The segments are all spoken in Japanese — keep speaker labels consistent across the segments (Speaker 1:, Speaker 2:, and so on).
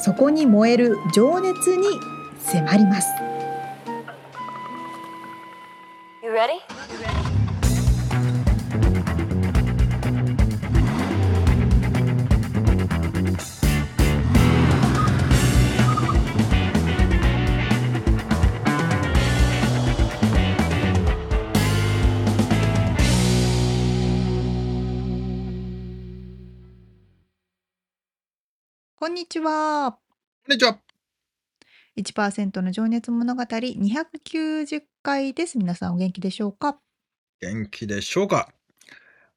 Speaker 1: そこに燃える情熱に迫ります。
Speaker 2: You ready?
Speaker 1: こんにちは。
Speaker 3: こんにちは。
Speaker 1: 1%の情熱物語290回です。皆さんお元気でしょうか
Speaker 3: 元気でしょうか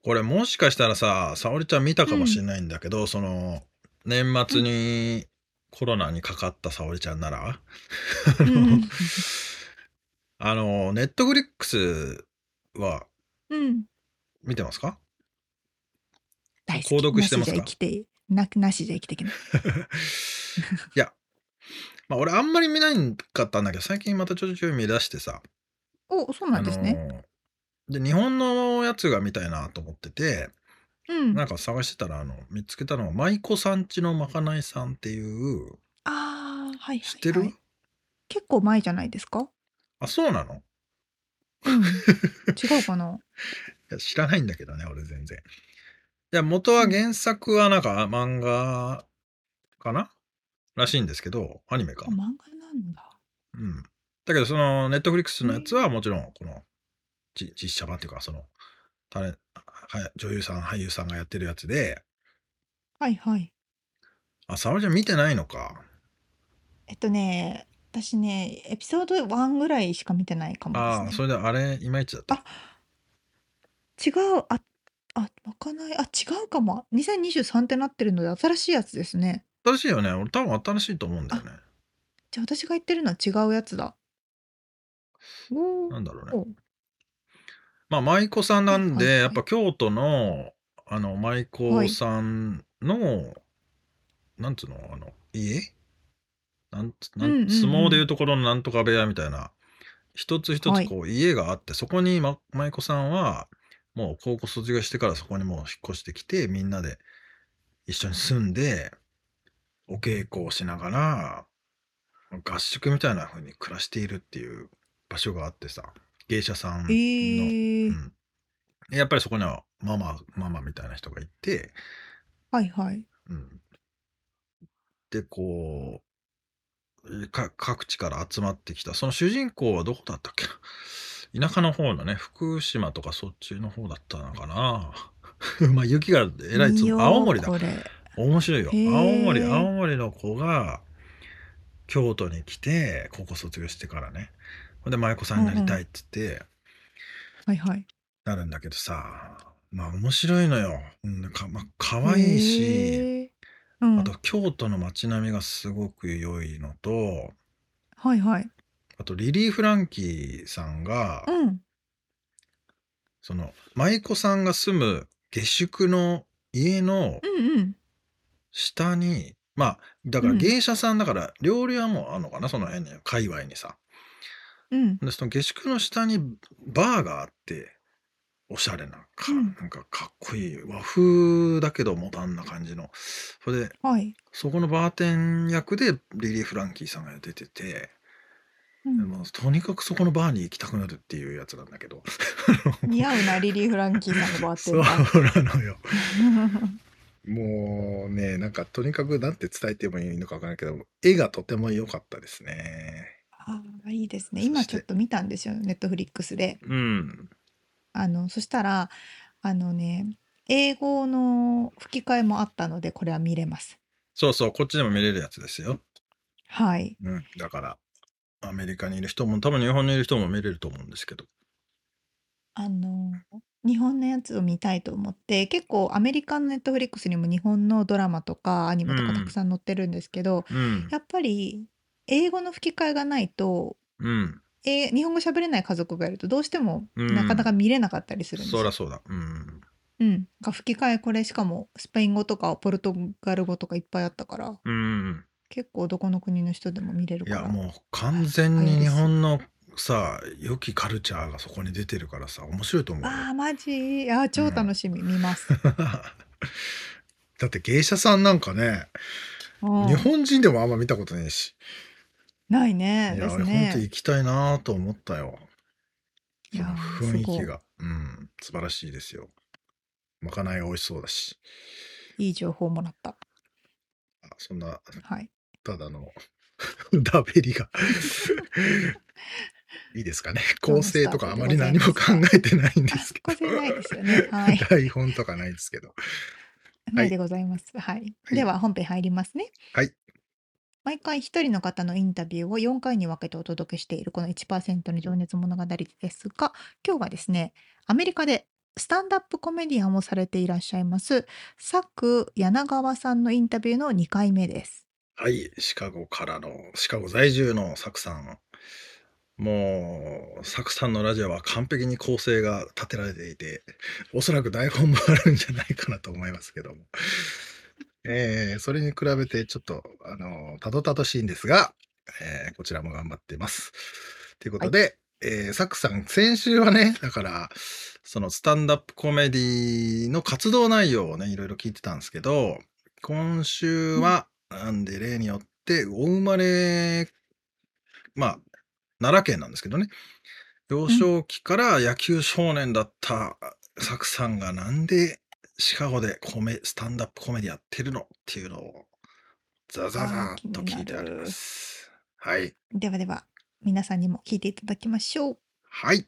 Speaker 3: これもしかしたらさ、沙織ちゃん見たかもしれないんだけど、その、年末にコロナにかかった沙織ちゃんなら、
Speaker 1: うん
Speaker 3: あの、ネットフリックスは
Speaker 1: うん。
Speaker 3: 見てますか
Speaker 1: 大好き。
Speaker 3: 購読してますか
Speaker 1: なしじゃ生きて、なくなしじゃ生きていけない。
Speaker 3: いや、まあ俺あんまり見ないかったんだけど、最近またちょいちょい見出してさ、
Speaker 1: お、そうなんですね。
Speaker 3: あので、日本のやつが見たいなと思ってて、
Speaker 1: うん。
Speaker 3: な
Speaker 1: あ
Speaker 3: んか探してたら、あの、見つけたのは、舞妓さんちのまかないさんっていう、
Speaker 1: あー、はいはい、はい。
Speaker 3: 知ってる、
Speaker 1: 結構前じゃないですか
Speaker 3: あ、そうなの
Speaker 1: うん。違うか ない
Speaker 3: や知らないんだけどね、俺全然。いや、元は原作はなんか漫画かならしいんですけど、アニメか
Speaker 1: あ。漫画なんだ。
Speaker 3: うん。だけど、その、ネットフリックスのやつはもちろん、この、じ実写版っていうか、その、タレは女優さん、俳優さんがやってるやつで、
Speaker 1: はいはい。
Speaker 3: あ、沙織ちゃん見てないのか。
Speaker 1: えっとね、私ね、エピソード1ぐらいしか見てないかもです
Speaker 3: あ
Speaker 1: ね
Speaker 3: あ、。それであれ、いまいちだった。
Speaker 1: あ違う、あ、あ、まかない、あ、違うかも。2023ってなってるので、新しいやつですね。
Speaker 3: 新しいよね。俺多分新しいと思うんだよね。
Speaker 1: じゃあ、私が言ってるのは違うやつだ。おー
Speaker 3: なんだろうね。
Speaker 1: お、
Speaker 3: まあ、舞妓さんなん
Speaker 1: はいはいは
Speaker 3: で、
Speaker 1: い
Speaker 3: やっぱ京都の、あの、舞妓さんの、なんつうの、あの、家なんつ、なん、
Speaker 1: うんうんうん
Speaker 3: 相撲でいうところのなんとか部屋みたいな、一つ一
Speaker 1: は
Speaker 3: つ
Speaker 1: い
Speaker 3: こう、家があって、そこに、ま、舞妓さんは、もう高校卒業してからそこにもう引っ越してきて、みんなで一緒に住んで、お稽古をしながら、合宿みたいな風に暮らしているっていう場所があってさ、芸者さんの、
Speaker 1: えー
Speaker 3: うんでやっぱりそこにはママ、ママみたいな人がいて、
Speaker 1: はいはい。
Speaker 3: うん、で、こう、か各地から集まってきた、その主人公はどこだったっけな 田舎の方のね、福島とかそっちの方だったのかな まあ雪がえらい
Speaker 1: 見
Speaker 3: つ
Speaker 1: よう
Speaker 3: 青森だ
Speaker 1: こ。れ。
Speaker 3: 面白いよ。
Speaker 1: へー
Speaker 3: 青森、青森の子が京都に来て、高校卒業してからね。ほんで、舞妓さんになりたいって言って、
Speaker 1: はいはい。
Speaker 3: なるんだけどさ、まあ面白いのよ。うん、なんか、まあ可愛いし、
Speaker 1: へーうん、
Speaker 3: あと京都の街並みがすごく良いのと、
Speaker 1: はいはい。
Speaker 3: あとリリー・フランキーさんが、
Speaker 1: うん。
Speaker 3: その、舞妓さんが住む下宿の家の
Speaker 1: うんうん。
Speaker 3: 下に、まあ、だから
Speaker 1: うん
Speaker 3: 芸者さんだから料理はもうあるのかな、その辺に、界隈にさ。
Speaker 1: うん。
Speaker 3: でその下宿の下にバーがあっておしゃれなか、
Speaker 1: うん
Speaker 3: なんかかっこいい和風だけどモダンな感じのそれで
Speaker 1: はい。
Speaker 3: そこのバーテン役でリリー・フランキーさんが出てて、
Speaker 1: うん、
Speaker 3: もうとにかくそこのバーに行きたくなるっていうやつなんだけど
Speaker 1: 似合うな、リリー・フランキーさんのバーテ
Speaker 3: そう
Speaker 1: ンダー。
Speaker 3: なのよもうねなんかとにかくなんて伝えてもいいのかわからないけど絵がとても良かったですね
Speaker 1: ああ、いいですね。今
Speaker 3: そし
Speaker 1: ち
Speaker 3: て
Speaker 1: ょっと見たんですよ、ネットフリックスで。
Speaker 3: うん
Speaker 1: あの、そしたら、あのね、英語の吹き替えもあったので、これは見れます。
Speaker 3: そうそうこっちでも見れるやつですよ
Speaker 1: はい。
Speaker 3: うん、だから、アメリカにいる人も、多分日本にいる人も見れると思うんですけど。
Speaker 1: あの、日本のやつを見たいと思って、結構アメリカのネットフリックスにも日本のドラマとかアニメと
Speaker 3: う
Speaker 1: か
Speaker 3: ん
Speaker 1: たくさん載ってるんですけど、
Speaker 3: うん。
Speaker 1: やっぱり
Speaker 4: 英語の吹き替えがないと、
Speaker 3: うん。
Speaker 4: えー日本語喋れない家族がいるとどうしても
Speaker 3: うん
Speaker 4: なかなか見れなかったりするんです
Speaker 3: そ
Speaker 4: よ
Speaker 3: ら。そうだ。うん。
Speaker 4: うん、なんか吹き替えこれしかもスペイン語とかポルトガル語とかいっぱいあったから
Speaker 3: うん。
Speaker 4: 結構どこの国の人でも見れる
Speaker 3: い
Speaker 4: か
Speaker 3: や、
Speaker 4: ら。
Speaker 3: もう完全に日本のさ、良きカルチャーがそこに出てるからさ、面白いと思うよ。
Speaker 4: ああマジああ超楽しみ、見ます。
Speaker 3: だって芸者さんなんかね、
Speaker 4: うん
Speaker 3: 日本人でもあんま見たことないし。
Speaker 4: ない
Speaker 3: いや、
Speaker 4: ね
Speaker 3: あれ
Speaker 4: です
Speaker 3: 本当
Speaker 4: ね。
Speaker 3: 行きたいなと思ったよ。
Speaker 4: い
Speaker 3: そ
Speaker 4: や
Speaker 3: の
Speaker 4: ー
Speaker 3: 雰囲気
Speaker 4: すごい
Speaker 3: が。うん。素晴らしいですよ。まかない美味しそうだし。
Speaker 4: いい情報もらった。
Speaker 3: あそんな、
Speaker 4: はい。
Speaker 3: ただの、 ダベリが。いいですかね。構成とかあまり何も考えてないんで
Speaker 4: あ
Speaker 3: す
Speaker 4: そ
Speaker 3: け
Speaker 4: こじ
Speaker 3: ど
Speaker 4: ゃ。ないですよ ね。はい。
Speaker 3: 台本とかないですけど。
Speaker 4: ないでございます。はい。
Speaker 3: はい
Speaker 4: では本編入りますね。
Speaker 3: はい。
Speaker 4: 毎回一人の方のインタビューを4回に分けてお届けしているこの1%の情熱物語ですが、今日はですね、アメリカでスタンダップコメディアンをされていらっしゃいます、佐久柳川さんのインタビューの2回目です。
Speaker 3: はい、シカゴからの、シカゴ在住のサクさん。もう、サクさんのラジオは完璧に構成が立てられていて、おそらく台本もあるんじゃないかなと思いますけども。えーそれに比べてちょっと、あの、たどたどしいんですが、えーこちらも頑張ってます。ということで、えーサクさん、先週はね、だから、そのスタンダップコメディの活動内容をね、いろいろ聞いてたんですけど、今週は、なんで例によって、お生まれ、まあ、奈良県なんですけどね、幼少期から野球少年だったサクさんがなんでシカゴでコメスタンダップコメディやってるのっていうのを、ザザザーっと聞いてあります。はい。
Speaker 4: ではでは、皆さんにも聞いていただきましょう。
Speaker 3: はい。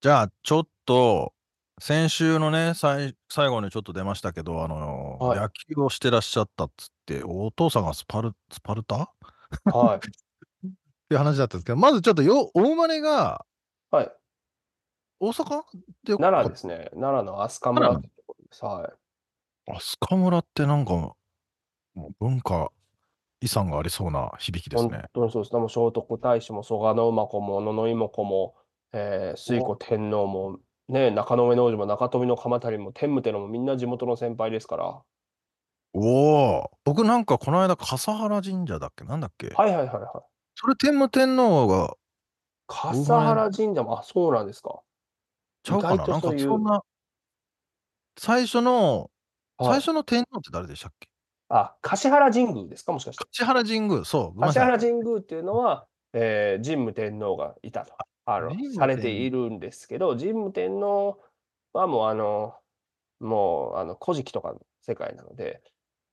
Speaker 3: じゃあ、ちょっと、先週のね、最最後にちょっと出ましたけど、あの、
Speaker 5: はい
Speaker 3: 野球をしてらっしゃったっつって、お父さんがスパルスパルタっ
Speaker 5: はい。
Speaker 3: ていう話だったんですけど、まずちょっとよ、お生まれが
Speaker 5: はい。
Speaker 3: 大阪で、
Speaker 5: 奈良ですね。奈良の飛鳥村ってところです。は
Speaker 3: あ飛鳥村ってなんか、もう文化、遺産がありそうな響き
Speaker 5: い。
Speaker 3: です
Speaker 5: 本
Speaker 3: ね。
Speaker 5: 当にそうです。でも聖徳太子も蘇我馬子も野々妹子も、えー、水戸天皇も、ね、中野上農場も中富の鎌足も天武天皇もみんな地元の先輩ですから。は
Speaker 3: おお僕なんかこの間、笠原神社だっけなんだっけ
Speaker 5: いはいはいはい。
Speaker 3: それ天武天皇が
Speaker 5: 笠原神社も、あ、そうなんですか。
Speaker 3: ちゃうか
Speaker 5: 意
Speaker 3: な
Speaker 5: 外と
Speaker 3: なんか
Speaker 5: そういう
Speaker 3: そんな、最初の、
Speaker 5: は
Speaker 3: 最
Speaker 5: い。
Speaker 3: 初の天皇って誰でしたっけ
Speaker 5: あ、橿原神宮ですかもしかして。
Speaker 3: 橿原神宮、そう、ごめんな
Speaker 5: 橿
Speaker 3: さい
Speaker 5: 原神宮っていうのは、えー神武天皇がいたとあの
Speaker 3: 神武
Speaker 5: されて
Speaker 3: 天皇
Speaker 5: いるんですけど、神武天皇はもうあの、もうあの古事記とかの世界なので、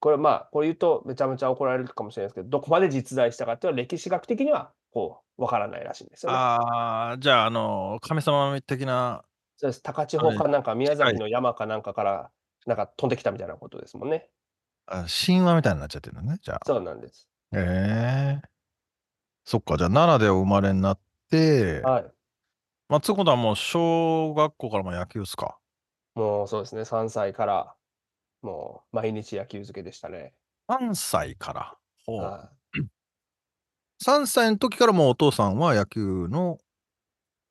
Speaker 5: これまあ、これ言うとめちゃめちゃ怒られるかもしれないですけど、どこまで実在したかっていうのは歴史学的にはこうわからないらしいんですよね。
Speaker 3: ああ、じゃあ、あの、神様的な、
Speaker 5: そうです。高千穂かなんか宮
Speaker 3: はい
Speaker 5: 崎の山かなんかからなんか飛んできたみたいなことですもんね。
Speaker 3: あ神話みたいになっちゃってるのね、じゃあ。
Speaker 5: そうなんです。
Speaker 3: ええそっか、じゃあ、奈良でお生まれになって、
Speaker 5: はい。
Speaker 3: まあ、つうことはもう、小学校からも野球っすか。
Speaker 5: もうそうですね。3歳からもう毎日野球漬けでしたね。
Speaker 3: 3歳から。ほう。
Speaker 5: はい
Speaker 3: 3歳の時からもうお父さんは野球の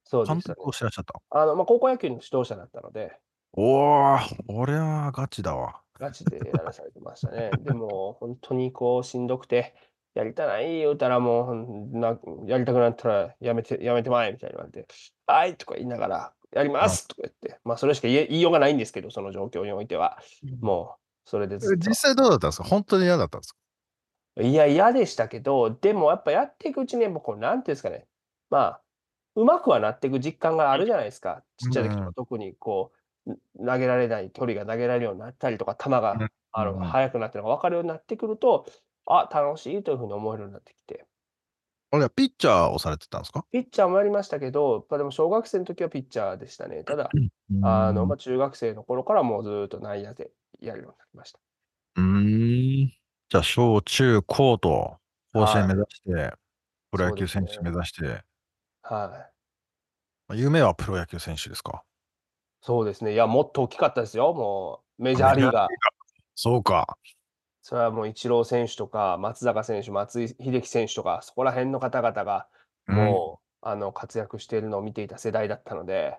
Speaker 5: そうで
Speaker 3: 監
Speaker 5: したね
Speaker 3: 督をしてらっしゃった。
Speaker 5: あの、まあ、高校野球の指導者だったので、
Speaker 3: おお、俺はガチだわ。
Speaker 5: ガチでやらされてましたね。 でも、本当にこう、しんどくて、やりたない言うたらもうほんな、やりたくなったらやめて、やめてまえみたいに言われて、はいとか言いながら、やりますとか言って、まあ、それしか言え言いようがないんですけど、その状況においては。もう、それでずっと
Speaker 3: 実際どうだったんですか本当に嫌だったんですか
Speaker 5: いや、嫌でしたけど、でもやっぱやっていくうちに、僕、なんていうんですかね、まあ、うまくはなっていく実感があるじゃないですか。ちっちゃい時と
Speaker 3: う
Speaker 5: か特にこう、投げられない距離が投げられるようになったりとか、
Speaker 3: う
Speaker 5: 球が
Speaker 3: ん
Speaker 5: あ
Speaker 3: う
Speaker 5: の
Speaker 3: ん
Speaker 5: 速くなってるのが分かるようになってくると、あ、楽しいというふうに思えるようになってきて。
Speaker 3: あれはピッチャーをされてたんですか
Speaker 5: ピッチャーもやりましたけど、やっぱでも小学生の時はピッチャーでしたね。ただ、あの、まあ、中学生の頃からもうずっと内野でやるようになりました。
Speaker 3: うーん。じゃあ、小中高と甲子園目指して、プロ野球選手
Speaker 5: そうで
Speaker 3: 目
Speaker 5: す
Speaker 3: 指して、
Speaker 5: はい。
Speaker 3: まあ夢はプロ野球選手ですか
Speaker 5: そうですね。いや、もっと大きかったですよ。もう、メジャーリーガー。
Speaker 3: そうか。
Speaker 5: それはもう、イチロー選手とか、松坂選手、松井秀喜選手とか、そこら辺の方々が、
Speaker 3: うん、
Speaker 5: もう、あの、活躍しているのを見ていた世代だったので、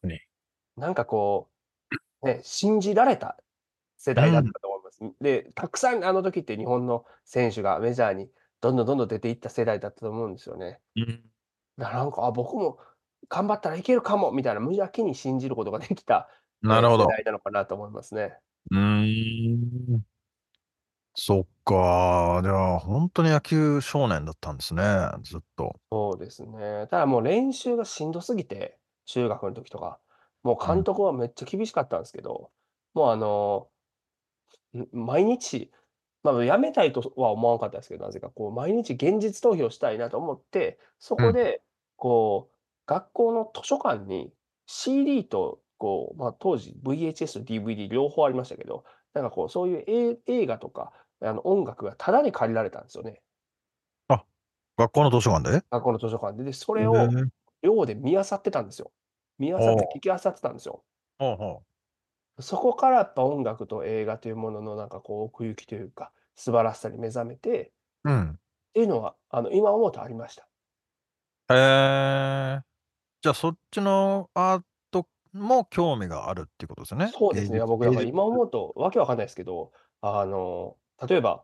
Speaker 3: 確かに。
Speaker 5: なんかこう、ね、信じられた世代だったと思います。で、たくさんあの時って日本の選手がメジャーにどんどんどんどん出ていった世代だったと思うんですよね。
Speaker 3: うん
Speaker 5: だからなんか、あ、僕も頑張ったらいけるかもみたいな、無邪気に信じることができた、ね
Speaker 3: なるほど
Speaker 5: 世。代なのかなと思いますね。
Speaker 3: うーん。そっか。じゃあ、本当に野球少年だったんですね。ずっと。
Speaker 5: そうですね。ただもう練習がしんどすぎて、中学の時とか、もう
Speaker 3: うん
Speaker 5: 監督はめっちゃ厳しかったんですけど、もうあの、ん毎日、まあ、やめたいとは思わなかったですけど、なぜかこう、毎日現実逃避をしたいなと思って、そこで、こう、学校の図書館に CD と、こう、まあ、当時 VHS と DVD 両方ありましたけど、なんかこう、そういう映映画とか、あの音楽がタダで借りられたんですよね。
Speaker 3: 学校の図書館で
Speaker 5: 学校の図書館で。で、そ
Speaker 3: こ
Speaker 5: れを、寮で見漁ってたんですよ。見漁っ
Speaker 3: おう
Speaker 5: て聞き漁ってたんですよ。
Speaker 3: ほうほ
Speaker 5: そこからやっぱ音楽と映画というもののなんかこう奥行きというか素晴らしさに目覚めてっ
Speaker 3: う。うん。
Speaker 5: ていうのはあの今思うとありました。
Speaker 3: へえ。じゃあ、そっちのアートも興味があるっていうことですね。
Speaker 5: そうです
Speaker 3: 芸
Speaker 5: ね。いや
Speaker 3: 術
Speaker 5: 僕だから
Speaker 3: 芸術
Speaker 5: 今思うとわけわかんないですけど、あの、例えば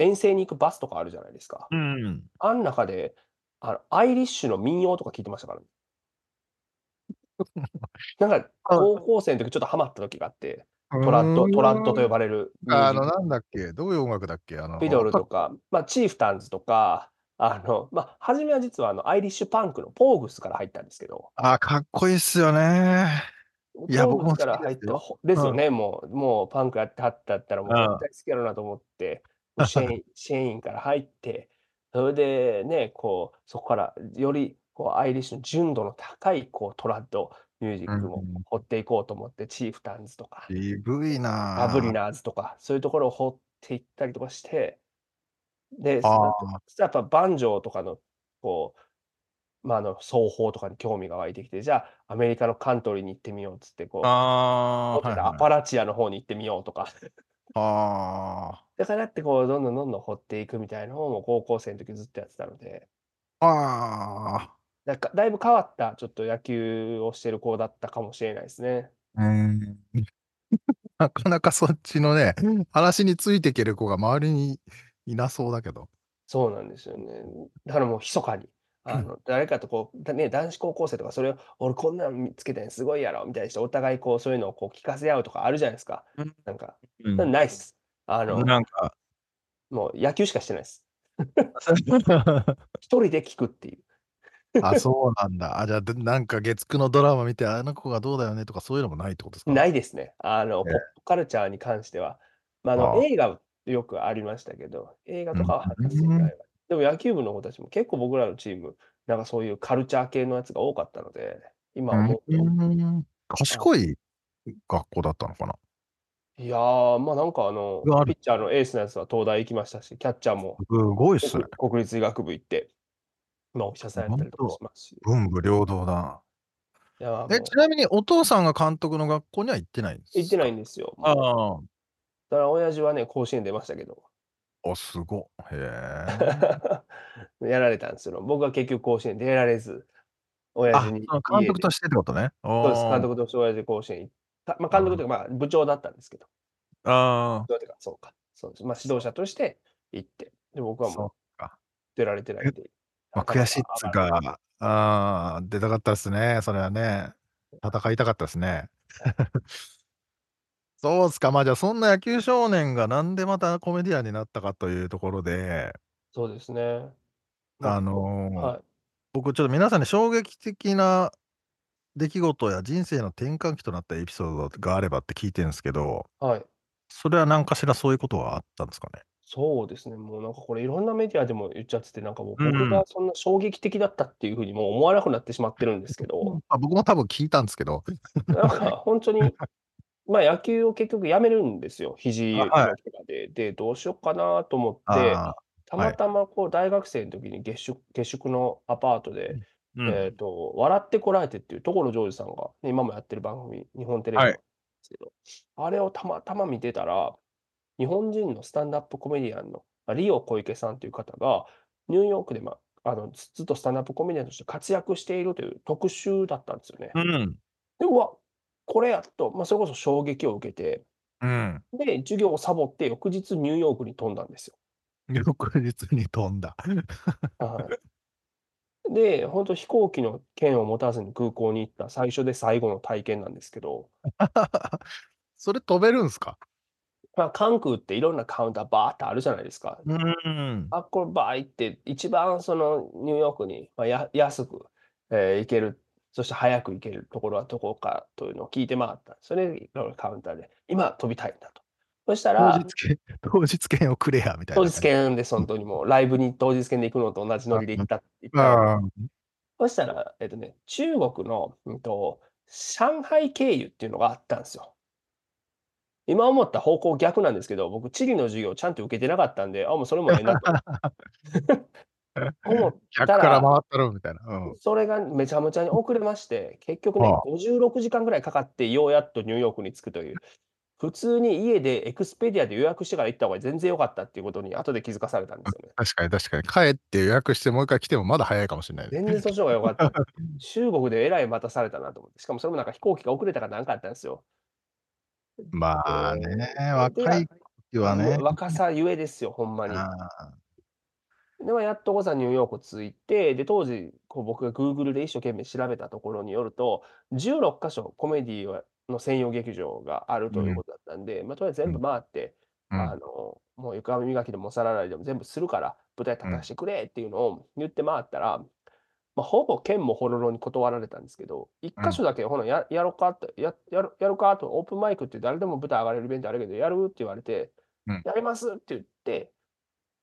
Speaker 5: 遠征に行くバスとかあるじゃないですか。
Speaker 3: うん。
Speaker 5: あん中であのアイリッシュの民謡とか聞いてまし たからね。なんか高校生の時ちょっとハマった時があって、トラッド、トラッドと呼ばれるミュー
Speaker 3: あ
Speaker 5: ジッ
Speaker 3: の、
Speaker 5: ク
Speaker 3: なんだっけどういう音楽だっけあの、
Speaker 5: ビドルとか、まあ、チーフタンズとか、あの、まあ、初めは実はあの、アイリッシュパンクのポーグスから入ったんですけど、
Speaker 3: あ、かっこいいっすよね。いや
Speaker 5: ポーグス
Speaker 3: 僕
Speaker 5: か
Speaker 3: も
Speaker 5: ら
Speaker 3: 好き
Speaker 5: 入っ
Speaker 3: ですよ
Speaker 5: た、ほですよね、もう、もうパンクやってはったったら、もう
Speaker 3: うん
Speaker 5: 絶対好きやろうなと思って、もうシ ェーン、シェーンから入って、それでね、こう、そこからより、こう、アイリッシュの純度の高い、こう、トラッドミュージック
Speaker 3: う
Speaker 5: も
Speaker 3: んうん
Speaker 5: 掘っていこうと思って、チーフタンズとか、
Speaker 3: 渋いな
Speaker 5: ラブリナーズとか、そういうところを掘っていったりとかして、で、そ
Speaker 3: あ
Speaker 5: のそしたらやっぱバンジョーとかの、こう、まあ、あの、奏法とかに興味が湧いてきて、じゃあ、アメリカのカントリーに行ってみようっつって、こう、
Speaker 3: あ
Speaker 5: 持
Speaker 3: ー、
Speaker 5: って
Speaker 3: はい
Speaker 5: たア
Speaker 3: はい、
Speaker 5: パラチアの方に行ってみようとか。
Speaker 3: あ
Speaker 5: だからって、こう、どんどんどんどん掘っていくみたいなのを、もう高校生の時ずっとやってたので、
Speaker 3: ーあ
Speaker 5: だかだいぶ変わった、ちょっと野球をしてる子だったかもしれないですね。
Speaker 3: ー、うん、 なかなかそっちのね、話についていける子が周りにいなそうだけど。
Speaker 5: そうなんですよね。だからもう密かに、あ の誰かとこう、だね、男子高校生とか、それを、俺こんなの見つけてんすごいやろみたいにして、お互いこう、そういうのをこう聞かせ合うとかあるじゃないですか
Speaker 3: うん。
Speaker 5: なんか、
Speaker 3: う
Speaker 5: ナイス。あの、
Speaker 3: なんか、
Speaker 5: もう野球しかしてないです。一人で聞くっていう。
Speaker 3: あ、そうなんだ。あ、じゃあ、でなんか月9のドラマ見て、あの子がどうだよねとかそういうのもないってことですか
Speaker 5: ないですね。あの、
Speaker 3: え
Speaker 5: ポ
Speaker 3: え
Speaker 5: ップカルチャーに関しては。まあ、あ
Speaker 3: あ
Speaker 5: の
Speaker 3: あ
Speaker 5: 映画はよくありましたけど、映画とかは
Speaker 3: うん
Speaker 5: 話ぐらいは。でも野球部の子たちも結構僕らのチーム、なんかそういうカルチャー系のやつが多かったので、今思うと、
Speaker 3: うん賢い学校だったのかない
Speaker 5: やー、まあなんかあの
Speaker 3: うわあ、る
Speaker 5: ピッチャーのエースのやつは東大行きましたし、キャッチャーも
Speaker 3: すごいっすね
Speaker 5: 国。国立医学部行って、まあお医者さんやったりとかしますし。
Speaker 3: 文武両道だ。
Speaker 5: いやーもう
Speaker 3: え、ちなみにお父さんが監督の学校には行ってないんです。
Speaker 5: 行ってないいんですよ。
Speaker 3: あ
Speaker 5: もう
Speaker 3: あ。
Speaker 5: だから親父はね、甲子園出ましたけど、
Speaker 3: お、すご。へ え。
Speaker 5: やられたんですよ。僕は結局甲子園出られず、親
Speaker 3: あ、
Speaker 5: 父
Speaker 3: その
Speaker 5: に
Speaker 3: 監督と
Speaker 5: して
Speaker 3: してってことね。
Speaker 5: そうです、
Speaker 3: あ
Speaker 5: 監督として親父甲子園行った。まあ、監督というか、まあ、部長だったんですけど、
Speaker 3: あ。あ
Speaker 5: 部長というか、そうか、そうです。まあ、指導者として行って、で、僕
Speaker 3: あ。
Speaker 5: は
Speaker 3: そ
Speaker 5: も
Speaker 3: う
Speaker 5: う
Speaker 3: か。
Speaker 5: 出られてないんで。
Speaker 3: まあ、悔しいっつうか、ああ、出たかったですね。それはね。戦いたかったですね。 そうっすか。まあじゃあそんな野球少年がなんでまたコメディアンになったかというところで、
Speaker 5: そうですね。ま
Speaker 3: あ、のー
Speaker 5: はい。
Speaker 3: 僕ちょっと皆さんに衝撃的な出来事や人生の転換期となったエピソードがあればって聞いてるんですけど、
Speaker 5: はい。
Speaker 3: それは何かしらそういうことがあったんですかね。
Speaker 5: そうですね。もうなんかこれいろんなメディアでも言っちゃってて、なんかもう
Speaker 3: うん
Speaker 5: 僕がそんな衝撃的だったっていうふうにもう思わなくなってしまってるんですけど、
Speaker 3: まあ、僕も多分聞いたんですけど、
Speaker 5: なんか本当にまあ、野球を結局やめるんですよ、肘
Speaker 3: あ
Speaker 5: の
Speaker 3: は
Speaker 5: 怪我で。で、どうしようかなと思って、
Speaker 3: あ
Speaker 5: た
Speaker 3: はい
Speaker 5: またまこう大学生の時に下宿下宿のアパートで、
Speaker 3: ーうん
Speaker 5: えっと、笑ってこらえてっていう所ジョージさんが、ね今もやってる番組、日本テレビ
Speaker 3: は
Speaker 5: の
Speaker 3: い
Speaker 5: ですけど、あれをたまたま見てたら、日本人のスタンダップコメディアンのまあリオ小池さんという方が、ニューヨークで、まあ、あのずずっとスタンダップコメディアンとして活躍しているという特集だったんですよね。
Speaker 3: うん。
Speaker 5: で、うわ、これやと、まあ、それこそ衝撃を受けて、
Speaker 3: うん。
Speaker 5: で、授業をサボって、翌日ニューヨークに飛んだんですよ。
Speaker 3: 翌日に飛んだ。
Speaker 5: はいで、本当飛行機の券を持たずに空港に行った最初で最後の体験なんですけど、
Speaker 3: それ飛べるんすか
Speaker 5: まあ、関空っていろんなカウンターバーってあるじゃないですか。
Speaker 3: うん。
Speaker 5: あ、これバー行って、一番そのニューヨークに、まあ、や安く、えー行ける、そして早く行けるところはどこかというのを聞いて回った。それでいろいろカウンターで、今飛びたいんだと。そした
Speaker 3: 当
Speaker 5: ら、
Speaker 3: 日券、当日券をくれや、みたいな
Speaker 5: 当
Speaker 3: 感じ。
Speaker 5: 日券です、本当にもう、ライブに当日券で行くのと同じノリで行った、行った
Speaker 3: ああ。
Speaker 5: そしたら、えっとね、中国の、うんと、上海経由っていうのがあったんですよ。今思った方向逆なんですけど、僕、地理の授業ちゃんと受けてなかったんで、あ、もうそれもええなと思っ
Speaker 3: 100
Speaker 5: た
Speaker 3: から
Speaker 5: ら、
Speaker 3: 回ったろみたいな。うん。
Speaker 5: それがめちゃめちゃに遅れまして、結局ね
Speaker 3: ああ、
Speaker 5: 56時間ぐらいかかって、ようやっとニューヨークに着くという、普通に家でエクスペディアで予約してから行った方が全然良かったっていうことに、後で気づかされたんですよね。
Speaker 3: 確かに確かに。帰って予約してもう一回来てもまだ早いかもしれないね。
Speaker 5: 全然そっちの方が良かった。中国でえらい待たされたなと思って、しかもそれもなんか飛行機が遅れたかなんかあったんですよ。
Speaker 3: まあね、
Speaker 5: で
Speaker 3: 若い時はね
Speaker 5: もう。若さゆえですよ、ほんまに。
Speaker 3: あ
Speaker 5: で、まあやっとござニューヨーク着いて、で、当時、こう僕が Google で一生懸命調べたところによると、16箇所コメディの専用劇場があるということだったんで、まあとりあえず全部回って、
Speaker 3: うん
Speaker 5: あの、もう床磨きでもお皿洗いでも全部するから、舞台立たせてくれっていうのを言って回ったら、まあ、ほぼ県もほろろに断られたんですけど、一箇所だけ、ほな、や、やろうかと、や、やる、やるかと、オープンマイクって誰でも舞台上がれるイベントあるけど、やるって言われて
Speaker 3: うん、
Speaker 5: やりますって言って、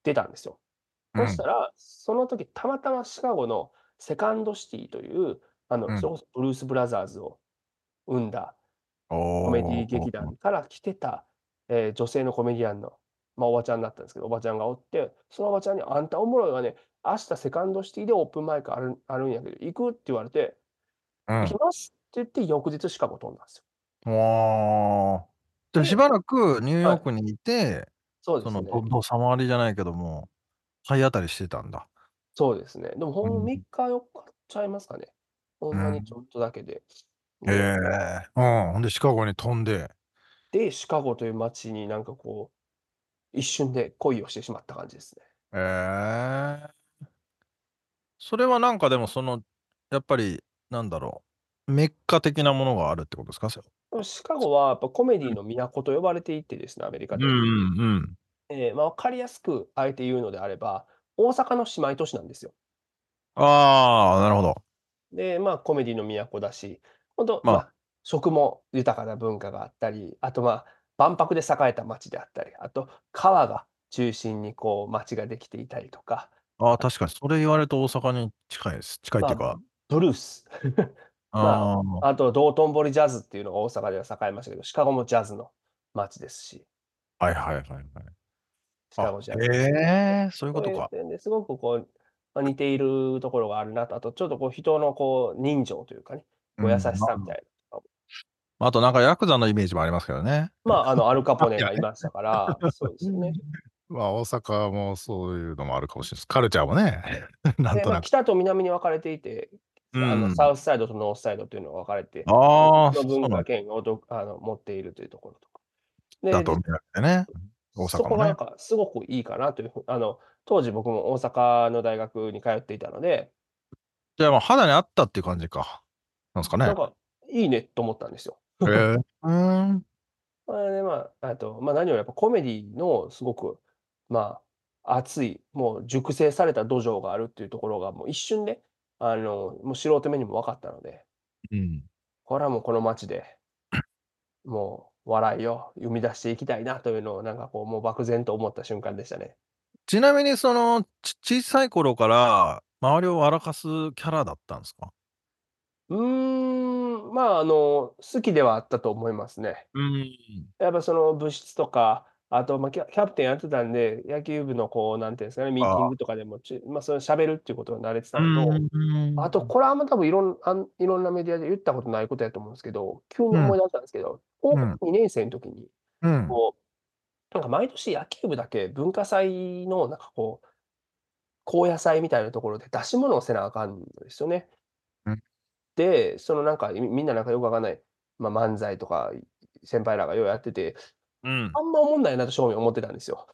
Speaker 5: 出たんですよ。
Speaker 3: う
Speaker 5: そ
Speaker 3: ん
Speaker 5: したら、その時、たまたまシカゴのセカンドシティという、あの、
Speaker 3: うん
Speaker 5: それこそブルース・ブラザーズを生んだ
Speaker 3: コ
Speaker 5: コメディ劇団から来てた、えー女性のコメディアンの、まあ、おばちゃんだったんですけど、おばちゃんがおって、そのおばちゃんに、あんたおもろいわね、明日セカンドシティでオープンマイクあるあるんやけど、行くって言われて、
Speaker 3: うん
Speaker 5: 行きますって言って、翌日シカゴ飛んだんですよ。
Speaker 3: わーでしばらくニューヨークにいて、
Speaker 5: そうで
Speaker 3: そ
Speaker 5: す
Speaker 3: の
Speaker 5: ね。
Speaker 3: どんどん様割りじゃないけども、体当たりしてたんだ。
Speaker 5: そうですね。でも、ほん
Speaker 3: うん
Speaker 5: ま3日4日ちゃいますかね。ほんま
Speaker 3: う
Speaker 5: に
Speaker 3: ん
Speaker 5: ちょっとだけで。
Speaker 3: へえ。うん。ほんで、シカゴに飛んで。
Speaker 5: で、シカゴという街になんかこう、一瞬で恋をしてしまった感じですね。
Speaker 3: ええそれはなんかでもその、やっぱり、なんだろう、メッカ的なものがあるってことですかそれ
Speaker 5: でもシカゴはやっぱコメディの都と呼ばれていてですね、アメリカで。
Speaker 3: うんうん。
Speaker 5: えーまあ、分かりやすくあえて言うのであれば、大阪の姉妹都市なんですよ。
Speaker 3: ああ、なるほど。
Speaker 5: で、まあ、コメディの都だし、本当、
Speaker 3: ま
Speaker 5: ま
Speaker 3: あ
Speaker 5: あ、食も豊かな文化があったり、あと、まあ、万博で栄えた町であったり、あと、川が中心にこう町ができていたりとか、
Speaker 3: ああ、確かに、それ言われると大阪に近いです。近いっていうか。
Speaker 5: ブルース、
Speaker 3: ああ、
Speaker 5: あと、道頓堀ジャズっていうのが大阪では栄えましたけど、シカゴもジャズの町ですし、
Speaker 3: はいはいはいはい。
Speaker 5: シカゴジャズ。
Speaker 3: ええそういうことか。
Speaker 5: そういう点ですごくこう、まあ、似ているところがあるなと、あとちょっとこう人のこう人情というかね、こう優しさみ
Speaker 3: うん
Speaker 5: たい
Speaker 3: ま
Speaker 5: な。
Speaker 3: ああとなんかヤクザのイメージもありますけどね。
Speaker 5: ま あ、あの、アルカポネがいましたから、そうですよね。
Speaker 3: まあ大阪もそういうのもあるかもしれないです。カルチャーもね、 なん
Speaker 5: で、
Speaker 3: と
Speaker 5: まあ、
Speaker 3: なく。
Speaker 5: 北と南に分かれていて、あ
Speaker 3: う
Speaker 5: の
Speaker 3: ん
Speaker 5: サウスサイドとノースサイドというのが分かれて、
Speaker 3: ああ、
Speaker 5: の
Speaker 3: そうな
Speaker 5: 文
Speaker 3: んだ
Speaker 5: 化圏をどあの持っているというところとか。
Speaker 3: だと見られてね。大
Speaker 5: そ
Speaker 3: 阪
Speaker 5: こ
Speaker 3: も
Speaker 5: がな
Speaker 3: ね
Speaker 5: ん。かすごくいいかなというふう、あの、当時僕も大阪の大学に通っていたので、
Speaker 3: じゃあまあ肌に合ったっていう感じか。なんですか
Speaker 5: な
Speaker 3: ね
Speaker 5: ん。かいいねと思ったんですよ。
Speaker 3: へえうん。
Speaker 5: まあね、まあ、あと、まあ何よりやっぱコメディのすごく、まあ、熱い、もう熟成された土壌があるっていうところが、もう一瞬で、あの、もう素人目にも分かったので、
Speaker 3: うん。
Speaker 5: これはもうこの街で、もう笑いを生み出していきたいなというのを、なんかこう、もう漠然と思った瞬間でしたね。
Speaker 3: ちなみにそのち小さい頃から周りを笑かすキャラだったんですか
Speaker 5: うーん、まあ、あの、好きではあったと思いますね。
Speaker 3: うん。
Speaker 5: やっぱその部室とか、あと、まあ、キャキャプテンやってたんで、野球部のこう、なんていうんですかね、ミーティングとかでもち、まあ、それ喋るっていうことは慣れてたのと、
Speaker 3: うん
Speaker 5: あと、これはあんま多分いろん、あん、いろんなメディアで言ったことないことやと思うんですけど、急に思い出したんですけど、高校
Speaker 3: うん
Speaker 5: 2年生の時に、
Speaker 3: うん。
Speaker 5: こう、なんか毎年野球部だけ文化祭の、なんかこう、高野祭みたいなところで出し物をせなあかんんですよね
Speaker 3: うん。
Speaker 5: で、そのなんか、みみんななんかよくわかんない、まあ、漫才とか、先輩らがようやってて、
Speaker 3: うん
Speaker 5: あんま思んないなと正味思ってたんですよ。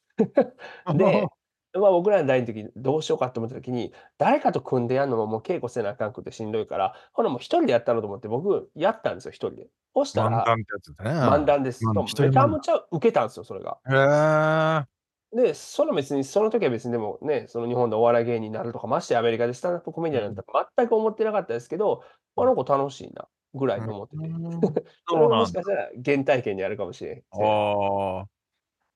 Speaker 5: で、まあ、僕らの代の時どうしようかって思った時に誰かと組んでやるのももう稽古せなあかんくてしんどいからほなもう一人でやったのと思って僕やったんですよ一人で。そした
Speaker 3: 漫
Speaker 5: ら
Speaker 3: 談ってやつだね。
Speaker 5: 漫談です。
Speaker 3: うん
Speaker 5: でも
Speaker 3: 一人
Speaker 5: めちゃ
Speaker 3: 漫談
Speaker 5: めちゃ受けたんですよそれが。
Speaker 3: へー
Speaker 5: でその別にその時は別にでもねその日本でお笑い芸人になるとかましてやアメリカでスタンダップコメディアンになったら全く思ってなかったですけどあの子楽しいなぐらいと思って
Speaker 3: う
Speaker 5: て。
Speaker 3: ん
Speaker 5: それ
Speaker 3: そうな
Speaker 5: がも
Speaker 3: ん
Speaker 5: し
Speaker 3: だ。
Speaker 5: かしたら原体験にあるかもしれん。
Speaker 3: ああ。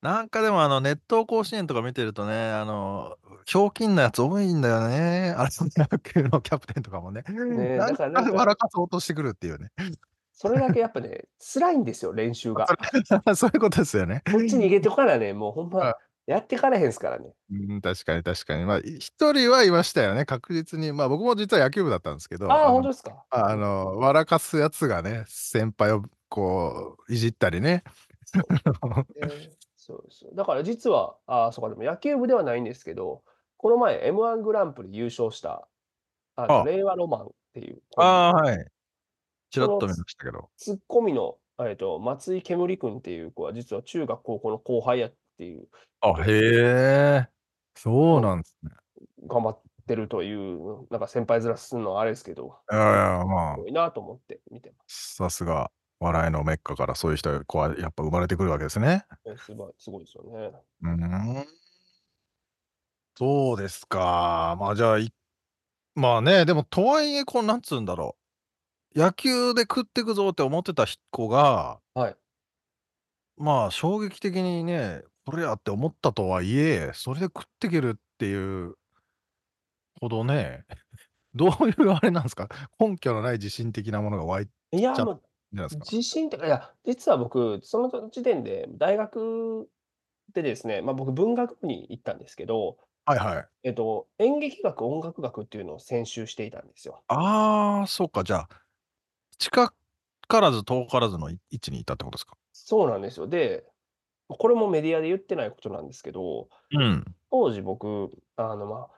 Speaker 3: なんかでもあの、熱湯甲子園とか見てるとね、あの、ひょうきんなやつ多いんだよね。あれ、野球のキャプテンとかもね。
Speaker 5: ね
Speaker 3: なん
Speaker 5: だからなん
Speaker 3: か
Speaker 5: か
Speaker 3: 笑かそうとしてくるっていうね。
Speaker 5: それだけやっぱね辛いんですよ練習が。
Speaker 3: そういうことですよね。
Speaker 5: こっち逃げてからね、もうほん
Speaker 3: はい
Speaker 5: ま、やってからへんすからね。
Speaker 3: うん、確かに確かに。まあ、い一人はいましたよね、確実に。まあ、僕も実は野球部だったんですけど、
Speaker 5: ああ、
Speaker 3: の
Speaker 5: 本当ですか。
Speaker 3: ああの、笑かすやつがね、先輩をこう、いじったり ね。
Speaker 5: えーそうそう。だから実は、ああ、そうか、でも野球部ではないんですけど、この前、M1 グランプリ優勝した、あの
Speaker 3: あ
Speaker 5: 令和ロマンっていう、
Speaker 3: ああ、はい。ちらっと見ましたけど。
Speaker 5: ツッコミの、えっと、松井けむりくんっていう子は、実は中学高校の後輩やっていう、
Speaker 3: あ、へえ。そうなんですね。
Speaker 5: 頑張ってるという、なんか先輩面するのはあれですけど、
Speaker 3: いやいや、まあ
Speaker 5: す、ごいなと思って見てま
Speaker 3: さすが、笑いのメッカからそういう人がこうやっぱ生まれてくるわけですね。
Speaker 5: す。えすごい、すごいですよね。
Speaker 3: うーん。そうですか。まあじゃあ、いまあね、でもとはいえ、こう、なんつうんだろう。野球で食ってくぞって思ってた子が、
Speaker 5: はい。
Speaker 3: まあ衝撃的にね、これやって思ったとはいえ、それで食ってけるっていうほどね、 どういうあれなんですか根拠のない自信的なものが湧いて
Speaker 5: いや、
Speaker 3: じゃあ
Speaker 5: もう、
Speaker 3: るんじゃないですか
Speaker 5: 自信ってか、いや、実は僕、その時点で、大学でですね、まあ、僕、文学部に行ったんですけど、
Speaker 3: はいはい。
Speaker 5: えっと、演劇学、音楽学っていうのを専修していたんですよ。
Speaker 3: ああ、そうか。じゃあ、近からず遠からずの位置にいたってことですか
Speaker 5: そうなんですよ。で、これもメディアで言ってないことなんですけど、
Speaker 3: うん。
Speaker 5: 当時僕、あの、まあ、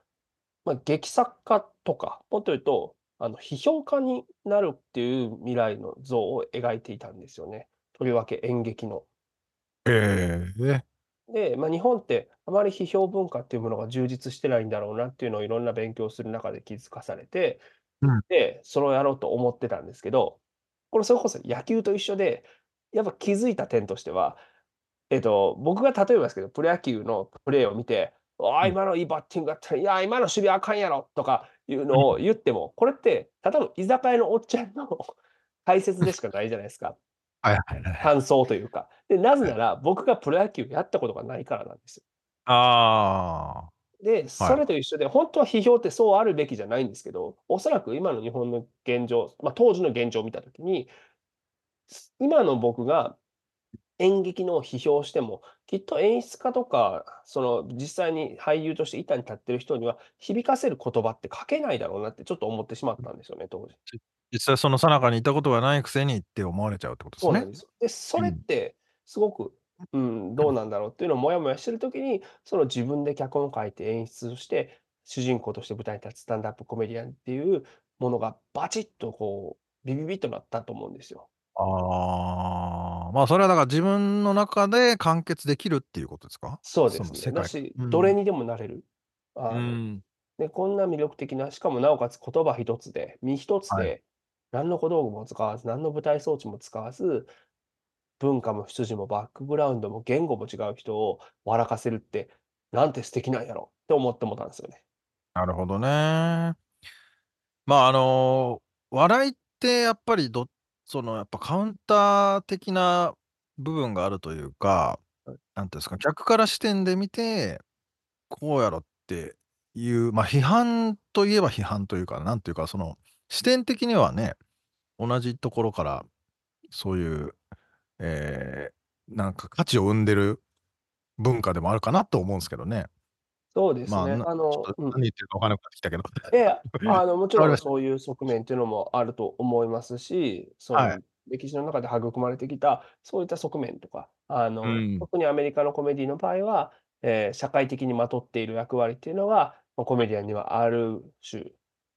Speaker 5: まあ、劇作家とか、もっと言うと、あの批評家になるっていう未来の像を描いていたんですよね。とりわけ演劇の。
Speaker 3: ええ
Speaker 5: で、まあ、日本ってあまり批評文化っていうものが充実してないんだろうなっていうのをいろんな勉強する中で気づかされて
Speaker 3: うん、
Speaker 5: で、それをやろうと思ってたんですけど、これそれこそ野球と一緒で、やっぱ気づいた点としては、えっと、僕が例えばですけど、プロ野球のプレーを見て、ああ、
Speaker 3: うん
Speaker 5: 今のいいバッティングだったら、いや、今の守備あかんやろとかいうのを言っても、これって、ただの居酒屋のおっちゃんの 解説でしかないじゃないですか。
Speaker 3: はいはいはい。
Speaker 5: 感想というか。で、なぜなら、僕がプロ野球やったことがないからなんですよ
Speaker 3: ああ。
Speaker 5: で、それと一緒で、本当は批評ってそうあるべきじゃないんですけど、おそらく今の日本の現状、まあ、当時の現状を見たときに、す今の僕が演劇の批評をしても、きっと演出家とか、その実際に俳優として板に立ってる人には響かせる言葉って書けないだろうなってちょっと思ってしまったんですよね、当時。
Speaker 3: 実際その最中にいたことがないくせにって思われちゃうってことです
Speaker 5: そう
Speaker 3: ね。
Speaker 5: なんですよ。で、それ
Speaker 3: う
Speaker 5: っ
Speaker 3: ん
Speaker 5: てすごく、うん、どうなんだろうっていうのをもやもやしてる時に、その自分で脚本を書いて演出して、主人公として舞台に立つスタンダップコメディアンっていうものがバチッとこう、ビビビッとなったと思うんですよ。
Speaker 3: ああ。まあそれはだから自分の中で完結できるっていうことですか
Speaker 5: そうです
Speaker 3: その世
Speaker 5: ね。
Speaker 3: 界
Speaker 5: だし、
Speaker 3: うん
Speaker 5: どれにでもなれる。あ
Speaker 3: う
Speaker 5: の
Speaker 3: ん。
Speaker 5: で、こんな魅力的な、しかもなおかつ言葉一つで、身一つ
Speaker 3: はい
Speaker 5: で、何の小道具も使わず、何の舞台装置も使わず、文化も出自もバックグラウンドも言語も違う人を笑かせるって、なんて素敵なんやろって思ってもたんですよね。
Speaker 3: なるほどね。まああの笑いってやっぱりどそのやっぱカウンター的な部分があるというか、なんていうんですか、逆から視点で見て、こうやろっていう、まあ批判といえば批判というか、なんていうか、その視点的にはね、同じところからそういう、えーなんか価値を生んでる文化でもあるかなと思うんですけどね。
Speaker 5: そうですね。
Speaker 3: まあな
Speaker 5: あ
Speaker 3: ちょ
Speaker 5: の
Speaker 3: っと、
Speaker 5: うん
Speaker 3: 何言ってるか分からなくなってきたけど。
Speaker 5: え え、あの、もち
Speaker 3: わかり
Speaker 5: ろん
Speaker 3: まし
Speaker 5: そういう側面っていうのもあると思いますし、そ
Speaker 3: は
Speaker 5: の歴史の中で育まれてきたそういった側面とか、あの、
Speaker 3: うん
Speaker 5: 特にアメリカのコメディの場合は、えー社会的にまとっている役割っていうのが、まあコメディアンにはある種、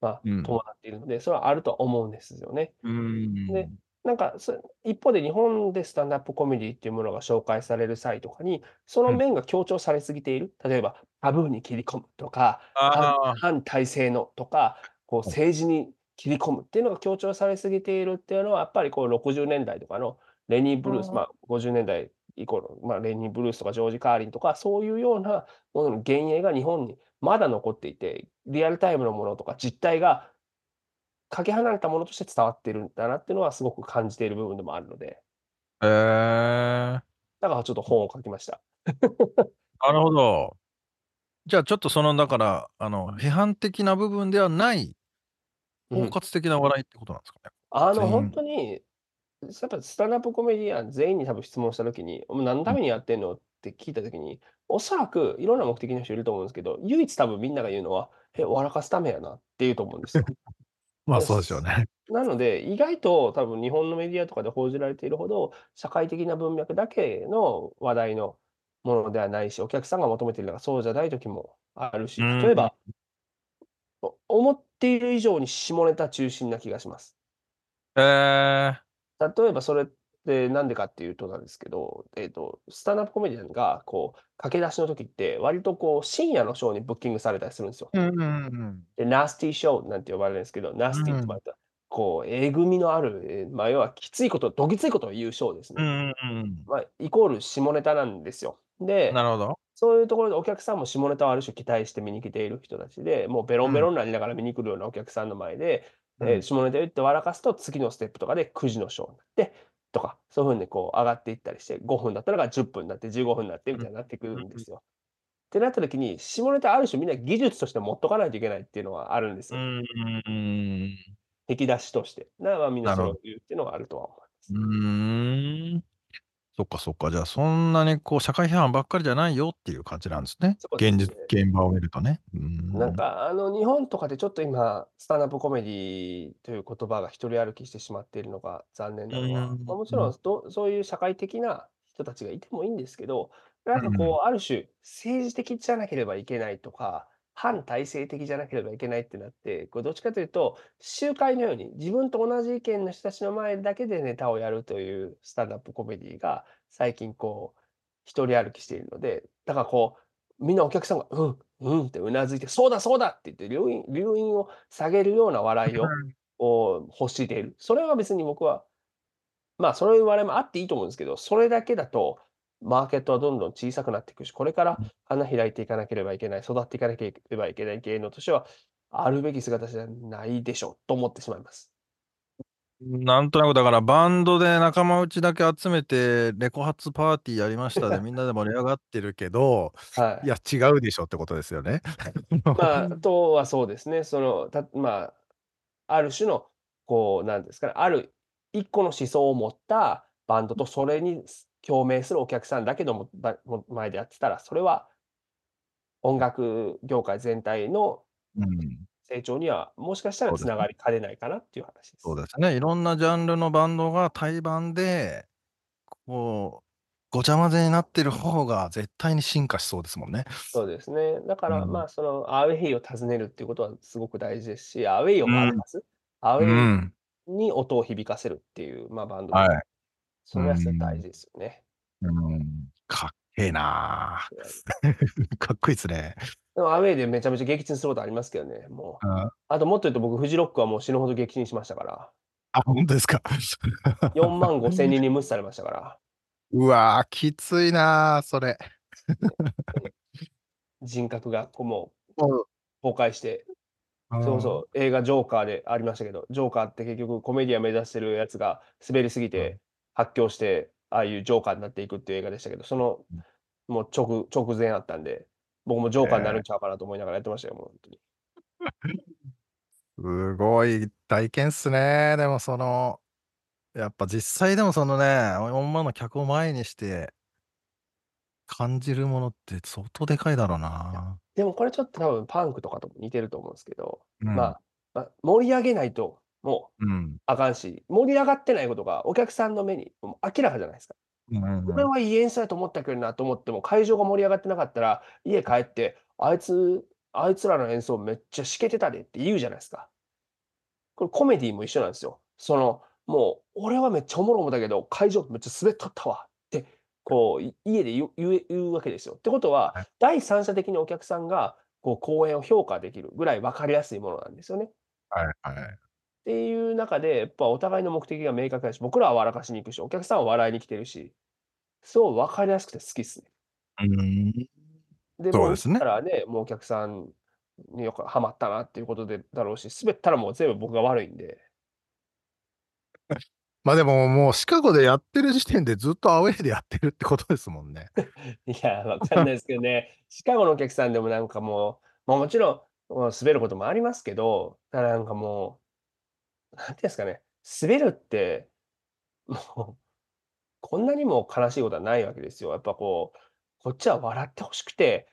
Speaker 5: まあ、
Speaker 3: うん
Speaker 5: 伴っているので、それはあるとは思うんですよね。
Speaker 3: うん
Speaker 5: でなんかそ一方で日本でスタンダップコメディっていうものが紹介される際とかに、その
Speaker 3: うん
Speaker 5: 面が強調されすぎている。例えば、タブーに切り込むとか、
Speaker 6: あ
Speaker 5: 反反体制のとかこう政治に切り込むっていうのが強調されすぎているっていうのはやっぱりこう60年代とかのレニー・ブルース、
Speaker 2: あー
Speaker 5: まあ、50年代以降の、まあ、レニー・ブルースとかジョージ・カーリンとかそういうようなものの幻影が日本にまだ残っていてリアルタイムのものとか実態がかけ離れたものとして伝わってるんだなっていうのはすごく感じている部分でもあるので
Speaker 3: えー
Speaker 5: だからちょっと本を書きました。
Speaker 3: なるほど。じゃあちょっとそのだからあの批判的な部分ではない包
Speaker 5: うん
Speaker 3: 括的な笑いってことなんですかね。
Speaker 5: あ
Speaker 3: 全
Speaker 5: の、
Speaker 3: 員
Speaker 5: 本当に、やっぱスタンダップコメディアン全員に多分質問したときに、お前何のためにやってんのって聞いたときに、おそらくいろんな目的の人いると思うんですけど、唯一多分みんなが言うのは、え、笑かすためやなって言うと思うんですよ。
Speaker 3: ま
Speaker 5: あそうでしょう
Speaker 3: ね。
Speaker 5: なので、意外と多分日本のメディアとかで報じられているほど、社会的な文脈だけの話題のものではないし、お客さんが求めているのがそうじゃない時もあるし、
Speaker 3: うん
Speaker 5: 例えば、お思っている以上に下ネタ中心な気がします。
Speaker 3: えー、
Speaker 5: 例えばそれってなんでかっていうとなんですけど、えっと、スタンダップコメディアンがこう駆け出しの時って割とこう深夜のショーにブッキングされたりするんですよ。
Speaker 3: うんうんうん。
Speaker 5: で、ナスティーショーなんて呼ばれるんですけど、ナスティーってまたこうえぐみのある、えーまあ、要はきついこと、どぎついことを言うショーです
Speaker 3: う
Speaker 5: ね。
Speaker 3: んうん
Speaker 5: まあ、イコール下ネタなんですよ。
Speaker 3: う
Speaker 5: で
Speaker 3: ん。、なるほど。
Speaker 5: そういうところでお客さんも下ネタをある種期待して見に来ている人たちで、もうベロンベロンになりながら見に来るようなお客さんの前で、
Speaker 3: うん
Speaker 5: えー下ネタ言って笑かすと次のステップとかで9時のショーになって、とか、そういうふうにこう上がっていったりして、5分だったのが10分になって、15分になってみたいになってくるんですよ。ってなった時に、下ネタある種みんな技術として持っとかないといけないっていうのはあるんです
Speaker 3: う
Speaker 5: よ。
Speaker 3: んうん
Speaker 5: 引き出しとして。だからまあみんな
Speaker 3: な
Speaker 5: そ
Speaker 3: るほ
Speaker 5: れを
Speaker 3: ど
Speaker 5: 言うっていうのがあるとは思います
Speaker 3: う。ーん。そっかそっか。じゃあそんなにこう社会批判ばっかりじゃないよっていう感じなんですね。
Speaker 5: そうです
Speaker 3: 現
Speaker 5: ね
Speaker 3: 実、現場を見るとね。うん
Speaker 5: なんかあの日本とかでちょっと今スタンダップコメディという言葉が一人歩きしてしまっているのが残念なのは、
Speaker 3: うん
Speaker 5: まあもちろんどそういう社会的な人たちがいてもいいんですけどなんかこうある種政治的じゃなければいけないとか反体制的じゃなければいけないってなってこうどっちかというと集会のように自分と同じ意見の人たちの前だけでネタをやるというスタンダップコメディが最近こう一人歩きしているのでだからこうみんなお客さんが、うん、うんってうなずいて、そうだ、そうだって言って、留飲留飲を下げるような笑いをお欲している。それは別に僕は、まあ、そういう笑いもあっていいと思うんですけど、それだけだと、マーケットはどんどん小さくなっていくし、これから花開いていかなければいけない、育っていかなければいけない芸能としては、あるべき姿じゃないでしょうと思ってしまいます。
Speaker 3: なんとなくだからバンドで仲間内だけ集めてレコ発パーティーやりましたで みんなで盛り上がってるけど
Speaker 5: はい
Speaker 3: い。や違うでしょってことですよね。
Speaker 5: まあ、あとはそうですね、そのたまあ、ある種の、こう、なんですかね、ある一個の思想を持ったバンドと、それに共鳴するお客さんだけども、ばも前でやってたら、それは音楽業界全体の
Speaker 3: うん
Speaker 5: 成長には、もしかしたら
Speaker 3: そうで
Speaker 5: つ
Speaker 3: すね
Speaker 5: ながりかねないかなっていう話です。
Speaker 3: そうですね。いろんなジャンルのバンドが対バンで、こう、ごちゃ混ぜになってる方が絶対に進化しそうですもんね。
Speaker 5: そうですね。だから、
Speaker 3: うん
Speaker 5: まあ、その、アウェイを訪ねるっていうことはすごく大事ですし、アウェイを回ります。アウ
Speaker 3: う
Speaker 5: ェイ
Speaker 3: ん。
Speaker 5: に音を響かせるっていう、まあ、バンドで
Speaker 3: はい。
Speaker 5: それはすごい
Speaker 3: うん
Speaker 5: 大事ですよね。
Speaker 3: うん、かっけえな あかっこいいですね。
Speaker 5: でもアウェイでめちゃめちゃ撃沈することありますけどね、もう。
Speaker 3: あ、
Speaker 5: あともっと言うと僕、フジロックはもう死ぬほど撃沈しましたから、
Speaker 3: 本当ですか。
Speaker 5: 4万5千人に無視されましたから、
Speaker 3: うわあ、きついなあそれ。
Speaker 5: 人格がこうも
Speaker 3: そう
Speaker 5: 崩壊して、そうそう、映画ジョーカーでありましたけど、ジョーカーって結局コメディアン目指してるやつが滑りすぎて発狂して、ああいうジョーカーになっていくっていう映画でしたけど、そのもう直直前あったんで、僕もジョーカーになるんちゃうかなと思いながらやってましたよ、もう本当に。
Speaker 7: すごい体験っすね。でもその、やっぱ実際でもそのね、女の客を前にして感じるものって相当でかいだろうな。
Speaker 5: でもこれちょっと多分パンクとかとも似てると思うんですけど、
Speaker 7: うん
Speaker 5: まあ、まあ、盛り上げないともう
Speaker 7: うん。
Speaker 5: あかんし、盛り上がってないことがお客さんの目にもう明らかじゃないですか。
Speaker 7: うんうん
Speaker 5: これはいい演出だと思ったけどなと思っても、会場が盛り上がってなかったら、家帰って、あいつ、あいつらの演奏めっちゃしけてたでって言うじゃないですか。これコメディも一緒なんですよ。その、もう、俺はめっちゃおもろい思ったけど、会場めっちゃ滑っとったわって、こう、い家で言う言え言うわけですよ。ってことは
Speaker 7: はい、
Speaker 5: 第三者的にお客さんが、こう、公演を評価できるぐらい分かりやすいものなんですよね。
Speaker 7: はいはい。
Speaker 5: っていう中で、やっぱお互いの目的が明確だし、僕らは笑かしに行くし、お客さんは笑いに来てるし、そう分かりやすくて好きっすね。
Speaker 7: うん。
Speaker 5: で、
Speaker 7: そう
Speaker 5: もう
Speaker 7: ですね
Speaker 5: 行ったらね、もうお客さんによくハマったなっていうことでだろうし、滑ったらもう全部僕が悪いんで、
Speaker 7: まあでももうシカゴでやってる時点でずっとアウェーでやってるってことですもんね。
Speaker 5: いや、わかんないですけどね、シカゴのお客さんでもなんかもう、まあ、もちろんもう滑ることもありますけど、ただなんかもう、なんていうんですかね、滑るって、もう、こんなにも悲しいことはないわけですよ。やっぱこう、こっちは笑ってほしくて、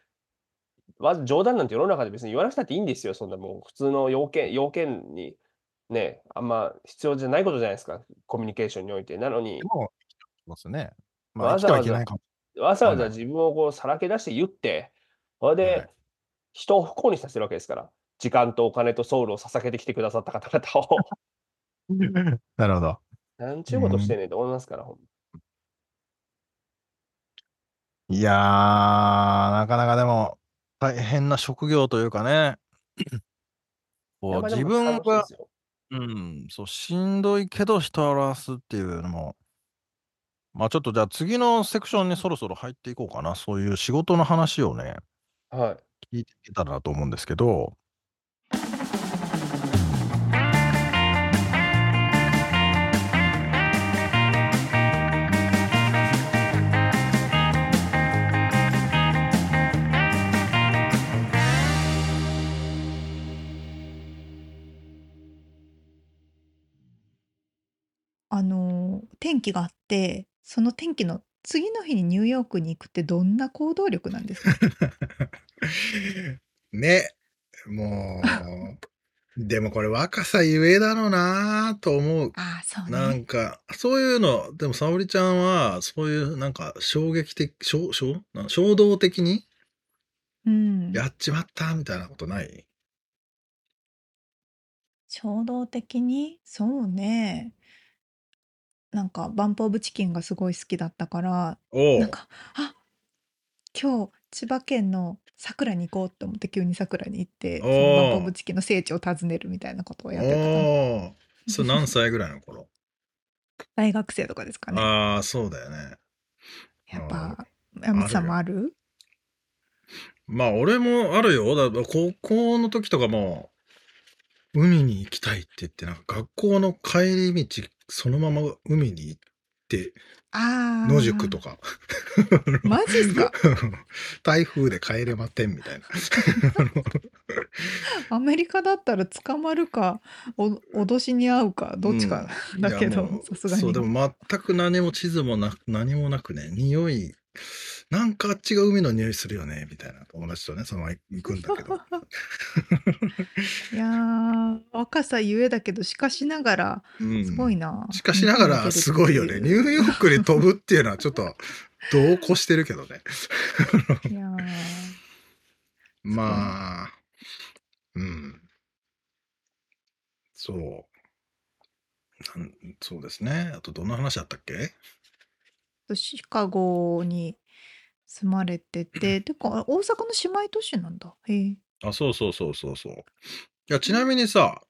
Speaker 5: わざ冗談なんて世の中で別に言わなくたっていいんですよ。そんなもう普通の要件、要件にね、あんま必要じゃないことじゃないですか。コミュニケーションにおいて。なのに
Speaker 7: で、も、そうですね。まあ
Speaker 5: わ
Speaker 7: 生
Speaker 5: ざわざ
Speaker 7: きてはいけないかも。
Speaker 5: わざわ
Speaker 7: は
Speaker 5: ざ
Speaker 7: い
Speaker 5: 自分をこうさらけ出して言って、それ
Speaker 7: は
Speaker 5: で
Speaker 7: い
Speaker 5: 人を不幸にさせるわけですから、時間とお金とソウルを捧げてきてくださった方々 を、
Speaker 7: なるほど。
Speaker 5: なんちゅうことしてんねえと思いますから、ほん
Speaker 7: いやー、なかなかでも大変な職業というかね。
Speaker 5: ま
Speaker 7: こう
Speaker 5: いやまあで
Speaker 7: 自
Speaker 5: も
Speaker 7: 分
Speaker 5: 楽しいで
Speaker 7: が
Speaker 5: すよ
Speaker 7: うん、そう、しんどいけど人を表すっていうのも、まあちょっとじゃあ次のセクションにそろそろ入っていこうかな。そういう仕事の話をね、
Speaker 5: はい。
Speaker 7: 聞いていけたらなと思うんですけど、
Speaker 1: あの天気があってその天気の次の日にニューヨークに行くってどんな行動力なんですか
Speaker 3: ね。もう、でもこれ若さゆえだろうなと思う。
Speaker 1: ああそう
Speaker 3: な
Speaker 1: ね
Speaker 3: んか、そういうの、でも沙織ちゃんは、そういうなんか衝撃的、衝衝なん衝動的に
Speaker 1: うん
Speaker 3: やっちまったみたいなことない
Speaker 1: 衝動的にそうねなんかバンプ・オブ・チキンがすごい好きだったから
Speaker 3: お
Speaker 1: なんかあ今日千葉県の桜に行こうって思って急に桜に行って
Speaker 3: お
Speaker 1: そ
Speaker 3: ー
Speaker 1: のバンプ・オブ・チキンの聖地を訪ねるみたいなことをやってたかな
Speaker 3: おおそれ何歳ぐらいの頃
Speaker 1: 大学生とかですかね
Speaker 3: ああ、そうだよね。
Speaker 1: やっ
Speaker 3: あ
Speaker 1: ぱ山口さんもある
Speaker 3: まあ俺もあるよ。だ高校の時とかも、海に行きたいって言って、なんか学校の帰り道、そのまま海に行って、
Speaker 1: ああ
Speaker 3: 野宿とか。
Speaker 1: マジっすか
Speaker 3: 台風で帰れませんみ たいな。
Speaker 1: アメリカだったら捕まるかお脅しに遭うかどっちか、
Speaker 3: う ん
Speaker 1: だけど
Speaker 3: いやもう
Speaker 1: さすがに
Speaker 3: そうでも全く何も地図もな何もなくね匂いなんかあっちが海の匂いするよねみたいな友達とねそのまま行くんだけど
Speaker 1: いやー若さゆえだけどしかしながら
Speaker 3: うん
Speaker 1: すごいな、
Speaker 3: しかしながらすごいよねニューヨークに飛ぶっていうのはちょっと同行してるけど ね
Speaker 1: いやー
Speaker 3: まあうんそうなんそうですねあとどんな話あったっけ
Speaker 1: シカゴに住まれてててか大阪の姉妹都市なんだへえ
Speaker 3: あ、そうそうそうそうそう。いや、ちなみにさ、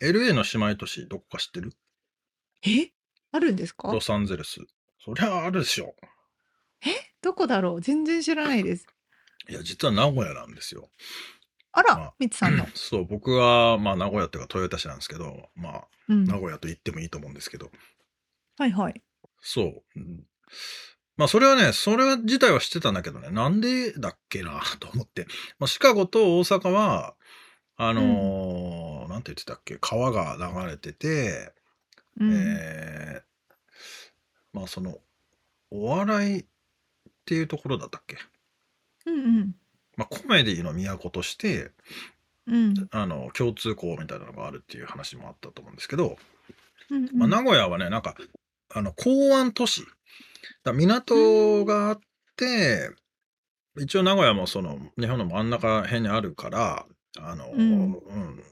Speaker 3: LA の姉妹都市、どこか知ってる
Speaker 1: えあるんですか
Speaker 3: ロサンゼルス。そりゃあるでしょ。
Speaker 1: どこだろう全然知らないです
Speaker 3: いや、実は名古屋なんですよ。
Speaker 1: あら、
Speaker 3: あ
Speaker 1: みつさんの、
Speaker 3: そう、僕は、まあ、名古屋っていうか、豊田市なんですけど、まあ、
Speaker 1: うん、
Speaker 3: 名古屋と言ってもいいと思うんですけど、
Speaker 1: はいはい
Speaker 3: そう。うんまあ、それはね、それ自体は知ってたんだけどね、なんでだっけな、と思って。まあ、シカゴと大阪は、あのーなんなんて言ってたっけ川が流れてて、
Speaker 1: うん
Speaker 3: えーまあそのお笑いっていうところだったっけ、
Speaker 1: うん
Speaker 3: まあ、コメディの都として
Speaker 1: うん
Speaker 3: あの共通項みたいなのがあるっていう話もあったと思うんですけど、
Speaker 1: うん
Speaker 3: まあ、名古屋はねなんかあの港湾都市だ港があって、一応名古屋もその日本の真ん中辺にあるからあの、
Speaker 1: うん
Speaker 3: うん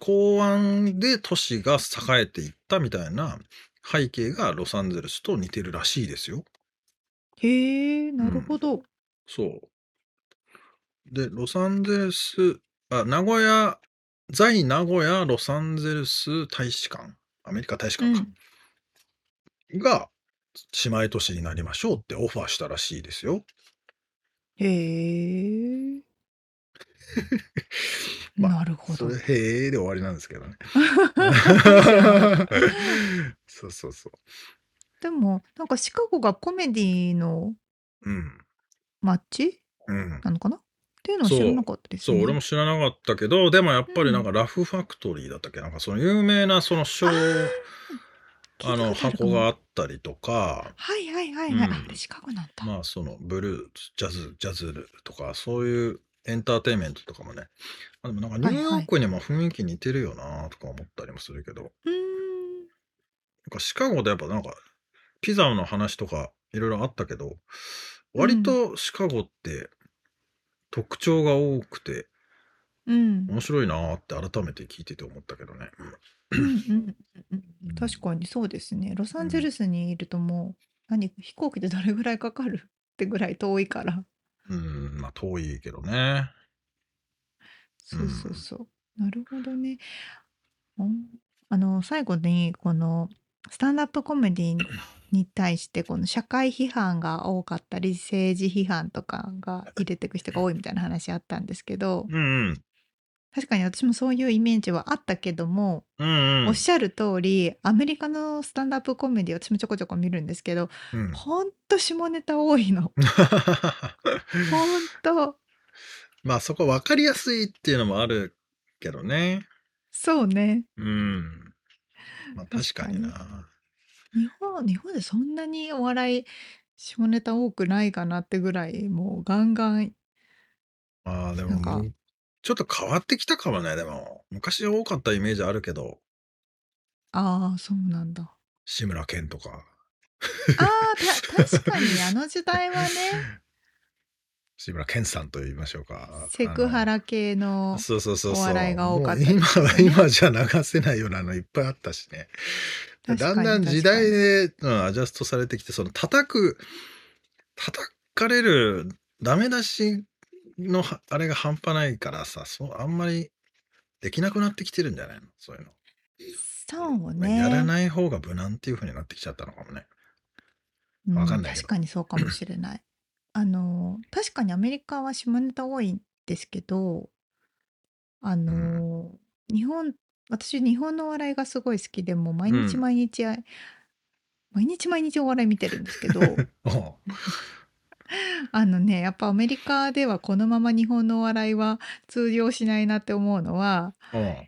Speaker 3: 港湾で都市が栄えていったみたいな背景がロサンゼルスと似てるらしいですよ。
Speaker 1: へえなるほど、
Speaker 3: そう。で、ロサンゼルス、あ、名古屋、在名古屋ロサンゼルス大使館、アメリカ大使
Speaker 1: うん
Speaker 3: 館か、が姉妹都市になりましょうってオファーしたらしいですよ。
Speaker 1: へえ
Speaker 3: まあ
Speaker 1: なるほ
Speaker 3: そ
Speaker 1: ど
Speaker 3: れ、へえで終わりなんですけど ね。そうそうそ
Speaker 1: でもなんかシカゴがコメディの
Speaker 3: う。うん。
Speaker 1: 街
Speaker 3: うん。
Speaker 1: なのかなっていうのは知らなかったです
Speaker 3: そ
Speaker 1: ね
Speaker 3: う、俺も知らなかったけど、でもやっぱりなんかラフファクトリーだったっけ、なんかその有名なそ のショー、
Speaker 1: あー
Speaker 3: あの
Speaker 1: 聞いたことあるか
Speaker 3: 箱
Speaker 1: も
Speaker 3: があったりとか、
Speaker 1: はいはいはいはい、
Speaker 3: うん
Speaker 1: あれシカゴなんだ、
Speaker 3: まあそのブルースジャズジャズルとかそういうエンターテインメントとかもねあでもなんかニューヨークにも雰囲気似てるよなとか思ったりもするけど、
Speaker 1: うーん
Speaker 3: なんかシカゴでやっぱなんかピザの話とかいろいろあったけど割とシカゴって特徴が多くて
Speaker 1: うん
Speaker 3: 面白いなって改めて聞いてて思ったけどね、
Speaker 1: うんうんうんうん確かにそうですね。ロサンゼルスにいるともう、何、飛行機でどれぐらいかかるってぐらい遠いから。
Speaker 3: うん、まあ遠いけどね
Speaker 1: そうそうそう。なるほどね。うんあの、最後に、この、スタンダップコメディに対して、この社会批判が多かったり、政治批判とかが入れていく人が多いみたいな話あったんですけど、
Speaker 3: うんうん
Speaker 1: 確かに私もそういうイメージはあったけども、
Speaker 3: うんうん
Speaker 1: おっしゃる通り、アメリカのスタンダップコメディ私もちょこちょこ見るんですけど、
Speaker 3: うん
Speaker 1: ほんと下ネタ多いの。ほんと。
Speaker 3: まあそこ分かりやすいっていうのもあるけどね。
Speaker 1: そうね。
Speaker 3: うん。まあ確
Speaker 1: 確
Speaker 3: か
Speaker 1: か
Speaker 3: に
Speaker 1: に
Speaker 3: な。
Speaker 1: 日本、日本でそんなにお笑い、下ネタ多くないかなってぐらい、もうガンガン。
Speaker 3: まあで
Speaker 1: なんか
Speaker 3: も、ちょっと変わってきたかもね、でも。昔多かったイメージあるけど、
Speaker 1: ああ、そうなんだ。
Speaker 3: 志村けんとか。
Speaker 1: ああ、た、確かにあの時代はね、
Speaker 3: 志村けんさんと言いましょうか。
Speaker 1: セクハ
Speaker 3: あ
Speaker 1: ラ系
Speaker 3: の。
Speaker 1: の、
Speaker 3: そうそうそうそう。
Speaker 1: お笑いが多かったです
Speaker 3: も
Speaker 1: よ
Speaker 3: う
Speaker 1: ね
Speaker 3: 今は今じゃ流せないようなのいっぱいあったしね。で
Speaker 1: 確か
Speaker 3: だ
Speaker 1: に
Speaker 3: んだん時代で、うん、アジャストされてきて、その叩く、叩かれるダメ出しのはあれが半端ないからさ、そう、あんまりできなくなってきてるんじゃないのそういうの。
Speaker 1: そう
Speaker 3: まあ
Speaker 1: ね。
Speaker 3: やらない方が無難っていう風になってきちゃったのかもね。
Speaker 1: うん
Speaker 3: わかんないけど
Speaker 1: 確かにそうかもしれ ない。あの確かにアメリカは下ネタ多いんですけどあの、日本私日本のお笑いがすごい好きでもう毎日
Speaker 3: うん
Speaker 1: 毎日、あ毎日毎日お笑い見てるんですけ ど
Speaker 3: おう
Speaker 1: あのねやっぱアメリカではこのまま日本のお笑いは通用しないなって思うのは
Speaker 3: おう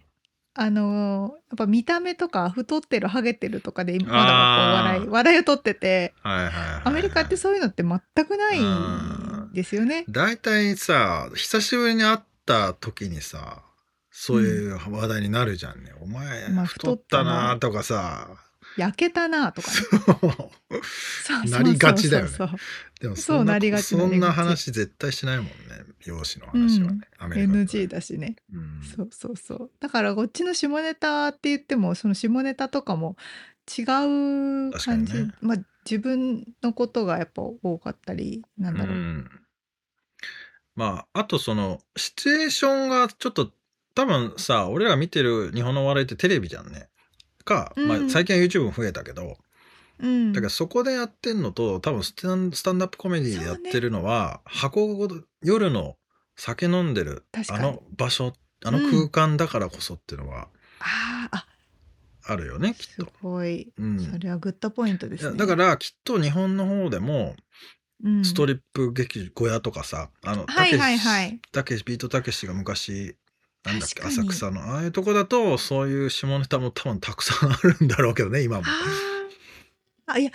Speaker 1: あのやっぱ見た目とか太ってるハゲてるとかでまだ
Speaker 3: あー
Speaker 1: まだこう笑い笑いを取ってて。
Speaker 3: はいはいはい、
Speaker 1: アメリカってそういうのって全くないんですよね。
Speaker 3: 大体さ、久しぶりに会った時にさ、そういう話題になるじゃんね。お前、
Speaker 1: まあ
Speaker 3: 太った
Speaker 1: 太った
Speaker 3: な
Speaker 1: な
Speaker 3: とかさ、
Speaker 1: 焼けたなとかね。 そうそうそうそう
Speaker 3: なりがちだよねでも
Speaker 1: そ
Speaker 3: そん
Speaker 1: う
Speaker 3: な
Speaker 1: なりがち
Speaker 3: そん
Speaker 1: なりが
Speaker 3: な
Speaker 1: ち
Speaker 3: 話絶対しないもんね容姿の話はね、アメリカ
Speaker 1: NG
Speaker 3: だ、
Speaker 1: だしね。
Speaker 3: うん、
Speaker 1: そうそうそう。だからこっちの下ネタって言ってもその下ネタとかも違う
Speaker 3: 確か
Speaker 1: 感
Speaker 3: にね
Speaker 1: じ、まあ自分のことがやっぱ多かったりなんだろう。
Speaker 3: んまああとそのシチュエーションがちょっと多分さ俺ら見てる日本のお笑いってテレビじゃんねか、
Speaker 1: うん
Speaker 3: まあ、最近は YouTube も増えたけど、
Speaker 1: うん。
Speaker 3: だからそこでやってんのと多分スタンスタンダップコメディでやってるのは、箱ごと夜の酒飲んでる
Speaker 1: 確か
Speaker 3: あ
Speaker 1: に
Speaker 3: の場所あの空間だからこそっていうのは
Speaker 1: あーあ
Speaker 3: あるよね、きっ
Speaker 1: す
Speaker 3: と。
Speaker 1: ごい。
Speaker 3: うん、
Speaker 1: それはグッドポイントで
Speaker 3: いや
Speaker 1: すね。
Speaker 3: だからきっと日本の方でも
Speaker 1: うん
Speaker 3: ストリップ劇小屋とかさ、あの
Speaker 1: はいはい
Speaker 3: たけし
Speaker 1: はい
Speaker 3: たけしビートたけしが昔なんだっけ
Speaker 1: 確かに
Speaker 3: 浅草のああいうとこだとそういう下ネタも多分たくさんあるんだろうけどね今も。
Speaker 1: あーあいや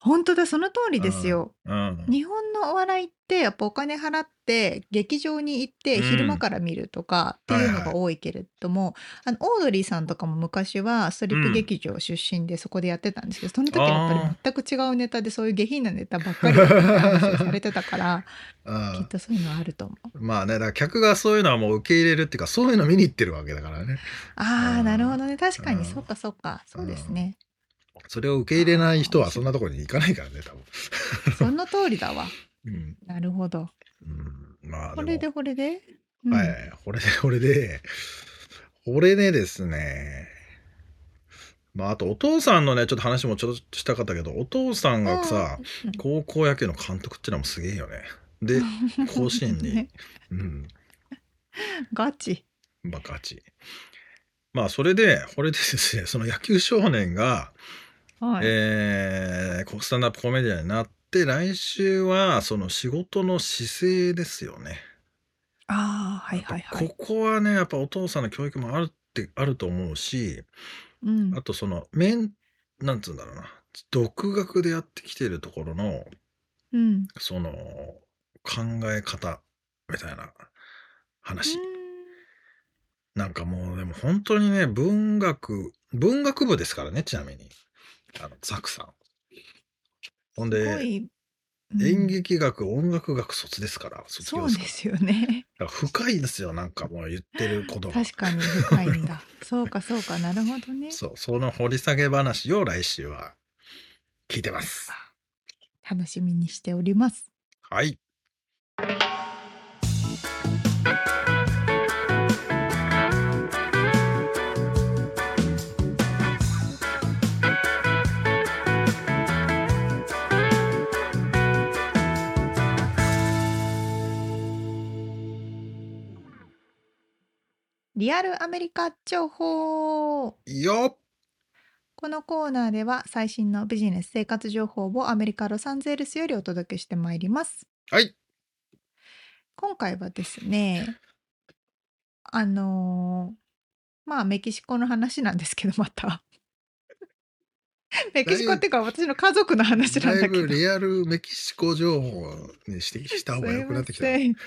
Speaker 1: 本当だその通りですよ。
Speaker 3: うん、
Speaker 1: 日本のお笑いってやっぱお金払って劇場に行って
Speaker 3: うん
Speaker 1: 昼間から見るとかっていうのが多いけれども、あのオードリーさんとかも昔はストリップ劇場出身でそこでやってたんですけど、その時はやっぱり全く違うネタでそういう下品なネタばっかりだって話をされてたから
Speaker 3: うん
Speaker 1: きっとそういうのはあると思う。
Speaker 3: まあねだから客がそういうのはもう受け入れるっていうかそういうの見に行ってるわけだからね
Speaker 1: あ
Speaker 3: う
Speaker 1: あ
Speaker 3: ん
Speaker 1: なるほどね確か
Speaker 3: うん
Speaker 1: にそうかそうかそうですね。
Speaker 3: それを受け入れない人はそんなところに行かないからね多分。
Speaker 1: その通りだわ。
Speaker 3: うん
Speaker 1: なるほど。
Speaker 3: うん、まあ
Speaker 1: これで
Speaker 3: も
Speaker 1: これで、うん
Speaker 3: はいこれで これでこれでですねまああとお父さんのねちょっと話もちょっとしたかったけどお父さんがさ
Speaker 1: うん
Speaker 3: 高校野球の監督ってのもすげえよね。 で甲子園に、
Speaker 1: ね
Speaker 3: うん、
Speaker 1: ガチ。
Speaker 3: 爆発。まあそれでこれでですねその野球少年が、
Speaker 1: はい。
Speaker 3: えー、こうスタンダップコメディアンになって来週はその仕事の姿勢ですよね。
Speaker 1: ああはいはいはい。
Speaker 3: ここはねやっぱお父さんの教育もあるってあると思うし
Speaker 1: うん
Speaker 3: あとその面なんつうんだろうな独学でやってきてるところの
Speaker 1: うん。
Speaker 3: その考え方みたいな話、なんかもうでも本当にね文学文学部ですからねちなみにあのザクさん。ほん
Speaker 1: すご
Speaker 3: で
Speaker 1: いうん
Speaker 3: 演劇学音楽学卒ですから卒
Speaker 1: そ
Speaker 3: 業
Speaker 1: う
Speaker 3: ですか
Speaker 1: で
Speaker 3: ら
Speaker 1: すよね。
Speaker 3: だから深いですよなんかもう言ってることが。
Speaker 1: 確かに深いん だ。そうかそうかなるほどね。
Speaker 3: そう、その掘り下げ話を来週は聞いてます。
Speaker 1: 楽しみにしております。
Speaker 3: はい。
Speaker 1: リアルアメリカ情報。
Speaker 3: よっ
Speaker 1: このコーナーでは最新のビジネス生活情報をアメリカ・ロサンゼルスよりお届けしてまいります。
Speaker 3: はい。
Speaker 1: 今回はですね、あのーまあメキシコの話なんですけど、ま た。メキシコっていうか私の家族の話なん
Speaker 3: だい
Speaker 1: だけ
Speaker 3: ぶ
Speaker 1: ど。
Speaker 3: リアルメキシコ情報に指摘した方が良くなってきた。
Speaker 1: すいま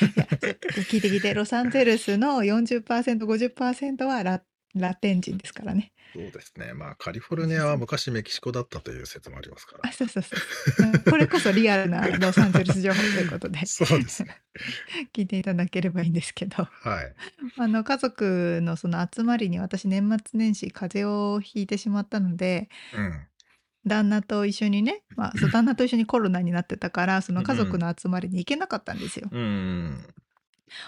Speaker 1: せんいやちょっと聞いて聞いて、ロサンゼルスの40%、50%はララテン人ですからね。
Speaker 3: そうですね。まあ、カリフォルニアは昔メキシコだったという説もありますから
Speaker 1: あ、。そうそうそう。うんこれこそリアルなロサンゼルス情報ということで
Speaker 3: そうですね。
Speaker 1: 聞いていただければいいんですけ ど、
Speaker 3: はい。
Speaker 1: あの家族のその集まりに私年末年始風邪をひいてしまったので、
Speaker 3: うん。
Speaker 1: 旦那と一緒にね、ま あそう旦那と一緒にコロナになってたから、その家族の集まりに行けなかったんですよ。
Speaker 3: うん。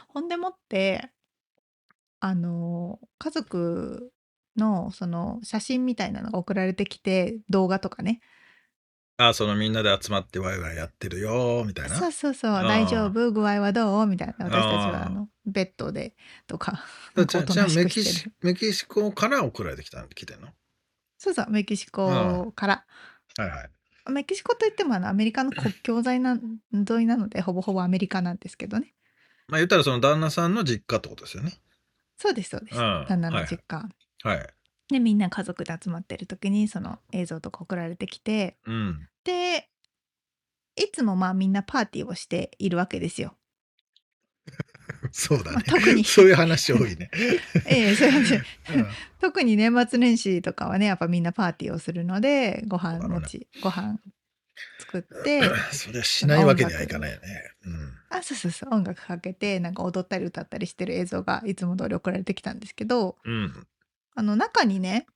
Speaker 1: ほんでもって、あの家族のその写真みたいなのが送られてきて動画とかね
Speaker 3: あ、そのみんなで集まってワイワイやってるよみたいな。
Speaker 1: そうそうそう
Speaker 3: あー
Speaker 1: 大丈夫具合はどうみたいな私たち
Speaker 3: あ
Speaker 1: は
Speaker 3: ー
Speaker 1: あのベッドでとか
Speaker 3: だじゃあ
Speaker 1: おと
Speaker 3: じゃ
Speaker 1: な
Speaker 3: あ
Speaker 1: し
Speaker 3: メ
Speaker 1: くして
Speaker 3: キ
Speaker 1: る
Speaker 3: シメキシコから送られてきた来てんの
Speaker 1: そうそうメキシコから、
Speaker 3: はいはい。
Speaker 1: メキシコといってもあのアメリカの国境沿いな沿いなのでほぼほぼアメリカなんですけどね
Speaker 3: まあ言ったらその旦那さんの実家ってことですよね。
Speaker 1: そうですそうです、
Speaker 3: うん
Speaker 1: 旦那の実家、
Speaker 3: はい。
Speaker 1: でみんな家族で集まってる時にその映像とか送られてきて
Speaker 3: うん。
Speaker 1: でいつもまあみんなパーティーをしているわけですよ。
Speaker 3: そうだ
Speaker 1: まあ
Speaker 3: ね。
Speaker 1: 特に
Speaker 3: そういう話多 いね。
Speaker 1: ええそうですね
Speaker 3: うん
Speaker 1: 特に年末年始とかはねやっぱみんなパーティーをするのでご飯持ち、ご飯作 って
Speaker 3: そりゃしないわけにはいかないよね。
Speaker 1: あそうそうそう音楽かけてなんか踊ったり歌ったりしてる映像がいつも通り送られてきたんですけど
Speaker 3: うん。うん。
Speaker 1: あの中にね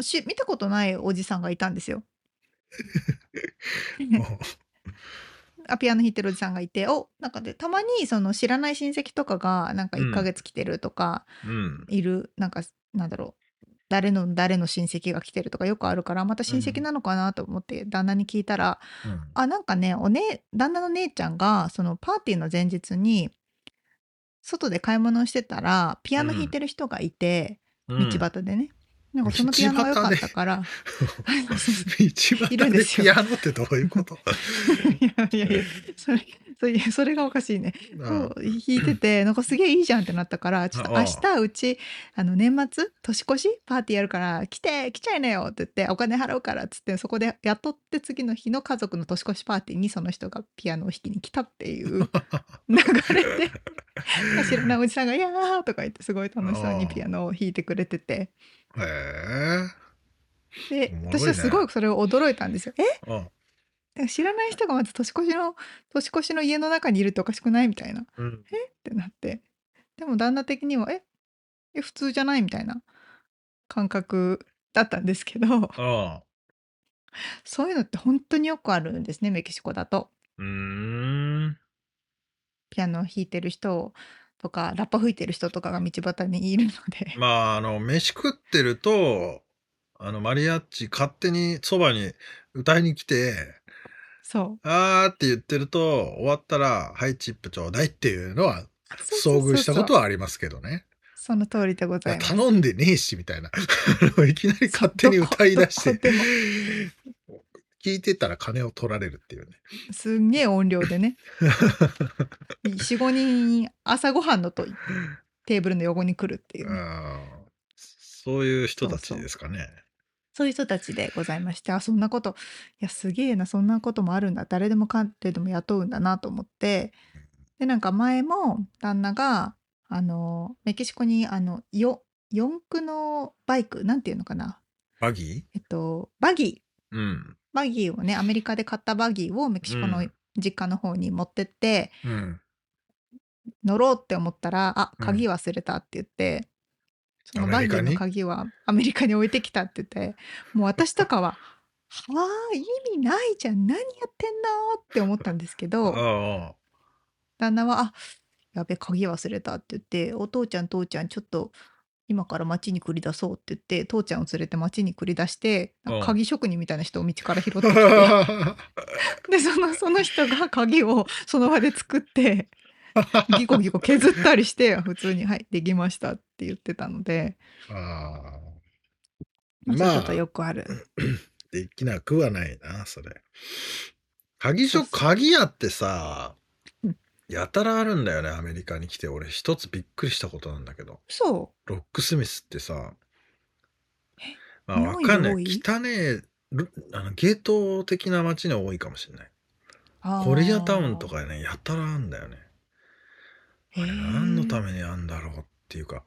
Speaker 1: し見たことないおじさんがいたんですよ。あピアノ弾いてるおじさんがいておなんかでたまにその知らない親戚とかがなんか
Speaker 3: うん
Speaker 1: 1ヶ月来てるとか、
Speaker 3: うん。
Speaker 1: いるなんかなんだろう誰の誰の親戚が来てるとかよくあるからまた親戚なのかなと思って旦那に聞いたら、
Speaker 3: うん
Speaker 1: あなんかねおね旦那の姉ちゃんがそのパーティーの前日に外で買い物をしてたらピアノ弾いてる人がいて、
Speaker 3: うん
Speaker 1: 道端でねなんかそのピアノが良かったから
Speaker 3: 道端
Speaker 1: いるんで
Speaker 3: です
Speaker 1: よ
Speaker 3: ピアノってどういうこと
Speaker 1: いやいやいやそれそれそれがおかしいね。
Speaker 3: あ
Speaker 1: そう弾いててなんかすげえいいじゃんってなったからちょっと
Speaker 3: ああ
Speaker 1: 明日うちあの年末年越しパーティーやるから来て来ちゃいなよって言ってお金払うからっつってそこで雇って次の日の家族の年越しパーティーにその人がピアノを弾きに来たっていう 流れで知らないおじさんが「いやー」とか言ってすごい楽しそうにピアノを弾いてくれてて
Speaker 3: へえ。
Speaker 1: で
Speaker 3: おもろいね
Speaker 1: 私はすごいそれを驚いたんですよ。え
Speaker 3: あ
Speaker 1: でも知らない人がまず年越しの年越しの家の中にいるっておかしくないみたいな。
Speaker 3: うん。
Speaker 1: ってなってでも旦那的にはええ普通じゃないみたいな感覚だったんですけど
Speaker 3: ああ。
Speaker 1: そういうのって本当によくあるんですねメキシコだと
Speaker 3: うーん。
Speaker 1: ピアノを弾いてる人とかラッパ吹いてる人とかが道端にいるので、
Speaker 3: まあ、あの、飯食ってると、あの、マリアッチ勝手にそばに歌いに来て、
Speaker 1: そう
Speaker 3: あーって言ってると、終わったら、はい、チップちょうだいっていうのは、
Speaker 1: そうそ
Speaker 3: 遭
Speaker 1: うそうそう
Speaker 3: 遇したことはありますけどね。
Speaker 1: その通りでございます
Speaker 3: 頼んでねえし、みたいな。 あのいきなり勝手に歌い出し
Speaker 1: そうどこどこ
Speaker 3: て、聞いてたら金を取られるっていうね。
Speaker 1: すんげえ音量で ね45人朝ごはんのとテーブルの横に来るっていうね、
Speaker 3: あーそういう人たちですかね。
Speaker 1: そういう人たちでございまして、あ、そんなこと、いや、すげえな、そんなこともあるんだ、誰でもかん誰でも雇うんだなと思って、で、なんか前も旦那が、あの、メキシコに、あの、よ、四駆のバイク、なんていうのかな、
Speaker 3: バギ
Speaker 1: えっと、バギー、
Speaker 3: ーうん。
Speaker 1: バギーをね、アメリカで買ったバギーをメキシコ
Speaker 3: う
Speaker 1: の
Speaker 3: ん
Speaker 1: 実家の方に持ってって、
Speaker 3: うん。
Speaker 1: 乗ろうって思ったら、あ、
Speaker 3: うん
Speaker 1: 鍵忘れたって言って、その
Speaker 3: ア
Speaker 1: バギ
Speaker 3: メリ
Speaker 1: ー
Speaker 3: カに
Speaker 1: の鍵はアメリカに置いてきたって言って、もう私とかは、はあ、意味ないじゃん、何やってんのって思ったんですけ
Speaker 3: あ
Speaker 1: ど、
Speaker 3: あ。
Speaker 1: 旦那は、あ、やべ、鍵忘れたって言って、お父ちゃん、父ちゃん、ちょっと、今から街に繰り出そうって言って、父ちゃんを連れて街に繰り出して、なん
Speaker 3: うん
Speaker 1: か鍵職人みたいな人を道から拾ってきて、
Speaker 3: う
Speaker 1: で、その、その人が鍵をその場で作って、ギコギコ削ったりして、 普通に、はい、できましたって言ってたので、
Speaker 3: あ
Speaker 1: まあ、
Speaker 3: まあ
Speaker 1: そういうことよくある。
Speaker 3: ーできなくはないな、それ。鍵所、
Speaker 1: そうそう
Speaker 3: 鍵屋ってさ
Speaker 1: うん、
Speaker 3: やたらあるんだよね、アメリカに来て。俺、一つびっくりしたことなんだけど。
Speaker 1: そ
Speaker 3: ロックスミスってさ、まあ、
Speaker 1: 日
Speaker 3: わ
Speaker 1: 本
Speaker 3: かんない。
Speaker 1: より
Speaker 3: 汚ねえ、ルあのゲート的な街に多いかもしれない。
Speaker 1: う。あー
Speaker 3: コリアタウンと。かね、やたらあんだよね。あ
Speaker 1: へ
Speaker 3: れ
Speaker 1: ー
Speaker 3: 何のためにあんだろうっていうか、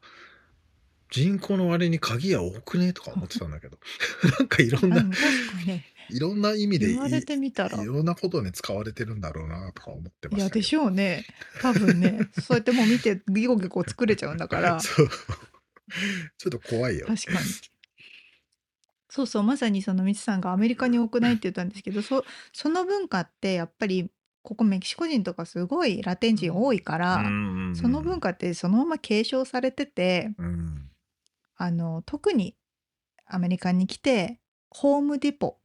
Speaker 3: 人口の割に鍵は多くねとか思ってたんだけど、 なんかいろん
Speaker 1: あで
Speaker 3: な
Speaker 1: も、確かにね、
Speaker 3: いろんな意味でいい
Speaker 1: 言われてみたら
Speaker 3: い。ろんなことに使われてるんだろうなとか思ってま
Speaker 1: い
Speaker 3: した
Speaker 1: やでし
Speaker 3: ょ
Speaker 1: ょうね多分ねそうやってもう見てギコギコ作れちゃうんだから
Speaker 3: そう。ちょっと怖いよ。
Speaker 1: 確かにそうそうまさにそのみちさんがアメリカに多くないって言ったんですけどそその文化ってやっぱりここメキシコ人とかすごいラテン人多いから、その文化
Speaker 3: 化、
Speaker 1: ってそのまま継承されてて
Speaker 3: うん、
Speaker 1: あの特にアメリカに来てホームディポ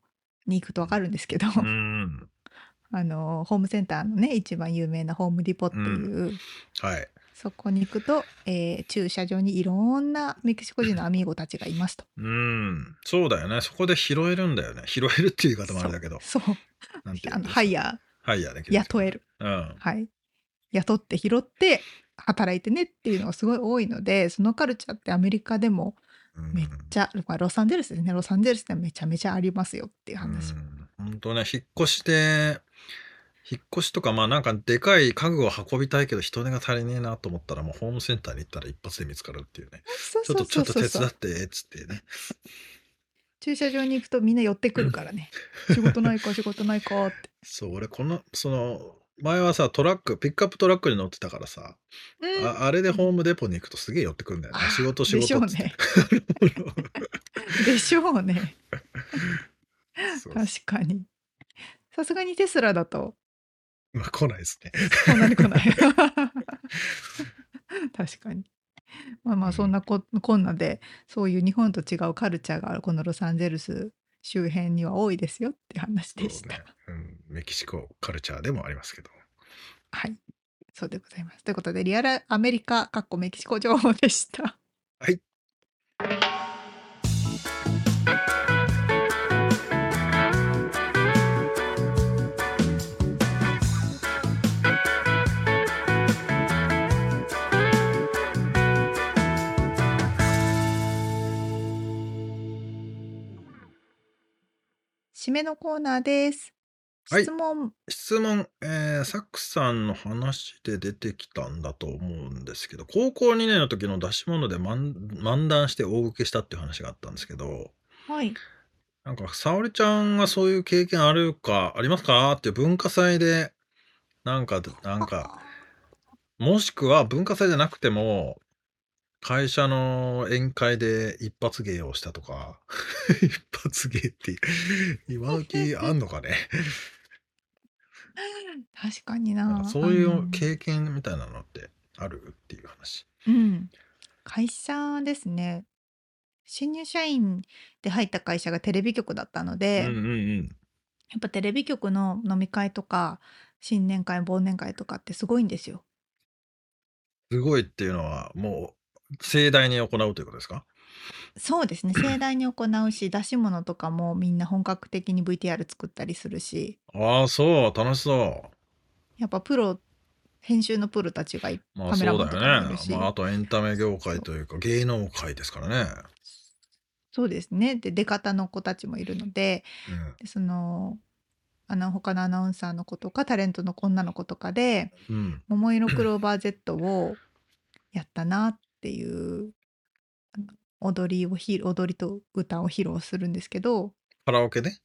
Speaker 1: に行くと分かるんですけど、
Speaker 3: うん。
Speaker 1: あのホームセンターのね一番有名なホームディポっていう、
Speaker 3: はい。
Speaker 1: そこに行くと、えー駐車場にいろんなメキシコ人のアミーゴたちがいますと。
Speaker 3: うん。そうだよね。そこで拾えるんだよね。拾えるっていう言い方もあれだけど。
Speaker 1: そう
Speaker 3: なんてい
Speaker 1: あ
Speaker 3: うん
Speaker 1: の
Speaker 3: ですか
Speaker 1: ハイヤ
Speaker 3: ハイヤーでき
Speaker 1: ー雇え
Speaker 3: る。
Speaker 1: る、
Speaker 3: うん。
Speaker 1: はい、雇って拾って働いてねっていうのがすごい多いのでそのカルチャーってアメリカでもめっちゃ、まあ、ロサンゼルスですねロサンゼルスでめちゃめちゃありますよっていう話、
Speaker 3: うん、本当ね、引っ越して、引っ越しとか、まあなんかでかい家具を運びたいけど人手が足りねえなと思ったら、もうホームセンターに行ったら一発で見つかるっていうね。
Speaker 1: そう
Speaker 3: ちょっ
Speaker 1: そ
Speaker 3: と、
Speaker 1: う
Speaker 3: ちょ
Speaker 1: そ
Speaker 3: っ
Speaker 1: う
Speaker 3: と
Speaker 1: そうそ
Speaker 3: 手伝
Speaker 1: う
Speaker 3: って、っつってね。
Speaker 1: 駐車場に行くとみんな寄ってくるから ね仕事ないか仕事ないかって
Speaker 3: そう、俺この、その、前はさ、トラック、ピックアップトラックに乗ってたからさ、
Speaker 1: うん
Speaker 3: ああれでホームデポに行くとすげえ寄ってくるんだよね
Speaker 1: あ。
Speaker 3: 仕事、仕
Speaker 1: でしょ
Speaker 3: 事
Speaker 1: う
Speaker 3: っつって。
Speaker 1: ねでしょうね
Speaker 3: そう
Speaker 1: 確かにさすがにテスラだと
Speaker 3: まあ来ないですね。
Speaker 1: そんなに来ない 確かにまあま
Speaker 3: う
Speaker 1: あ
Speaker 3: ん
Speaker 1: そんなこ,、こんなでそういう日本と違うカルチャーがこのロサンゼルス周辺には多いですよって話でし
Speaker 3: そう
Speaker 1: た、
Speaker 3: ねうん。メキシコカルチャーでもありますけど。
Speaker 1: はいそうでございますということでリアルアメリカかっこメキシコ情報でした
Speaker 3: はい
Speaker 1: めのコーナーです。
Speaker 3: はい
Speaker 1: 質問、
Speaker 3: 質問、えー、サックさんの話で出てきたんだと思うんですけど、高校2年の時の出し物で漫漫談して大受けしたっていう話があったんですけど、
Speaker 1: はい。
Speaker 3: なんか、沙織ちゃんがそういう経験あるか、ありますかっていう文化祭で、なんか、なんか、もしくは文化祭じゃなくても、会社の宴会で一発芸をしたとか、 一発芸って今時あんのかね。
Speaker 1: 確かに
Speaker 3: なん
Speaker 1: な。
Speaker 3: かそうい
Speaker 1: あの
Speaker 3: う経験みたいなのってあるっていう話。
Speaker 1: うん。会社ですね。新入社員で入った会社がテレビ局だったの
Speaker 3: うん
Speaker 1: で、
Speaker 3: うんうん。
Speaker 1: やっぱテレビ局の飲み会とか新年会忘年会とかってすごいんですよ。
Speaker 3: すごいっていうのは、もう、盛大に行うということですか
Speaker 1: そう ですね盛大に行うし出し物とかもみんな本格的に VTR 作ったりするし
Speaker 3: ああ、そう、楽しそ
Speaker 1: やっぱプロ編集のプロたちがいっ
Speaker 3: う。まあ
Speaker 1: カ
Speaker 3: そ
Speaker 1: メラ
Speaker 3: う
Speaker 1: マ
Speaker 3: だ
Speaker 1: ンとか
Speaker 3: よ
Speaker 1: もい
Speaker 3: ね
Speaker 1: る。し、
Speaker 3: まああとエンタメ業界というか芸能界ですからね。
Speaker 1: そうですねで出方の子たちもいるので
Speaker 3: うん
Speaker 1: でそのあの他のアナウンサーの子とかタレントの女の子とかで
Speaker 3: うん
Speaker 1: 「桃色クローバー Z」をやったなっていうあの踊りをひ踊りと歌を披露するんですけど
Speaker 3: カラオケね。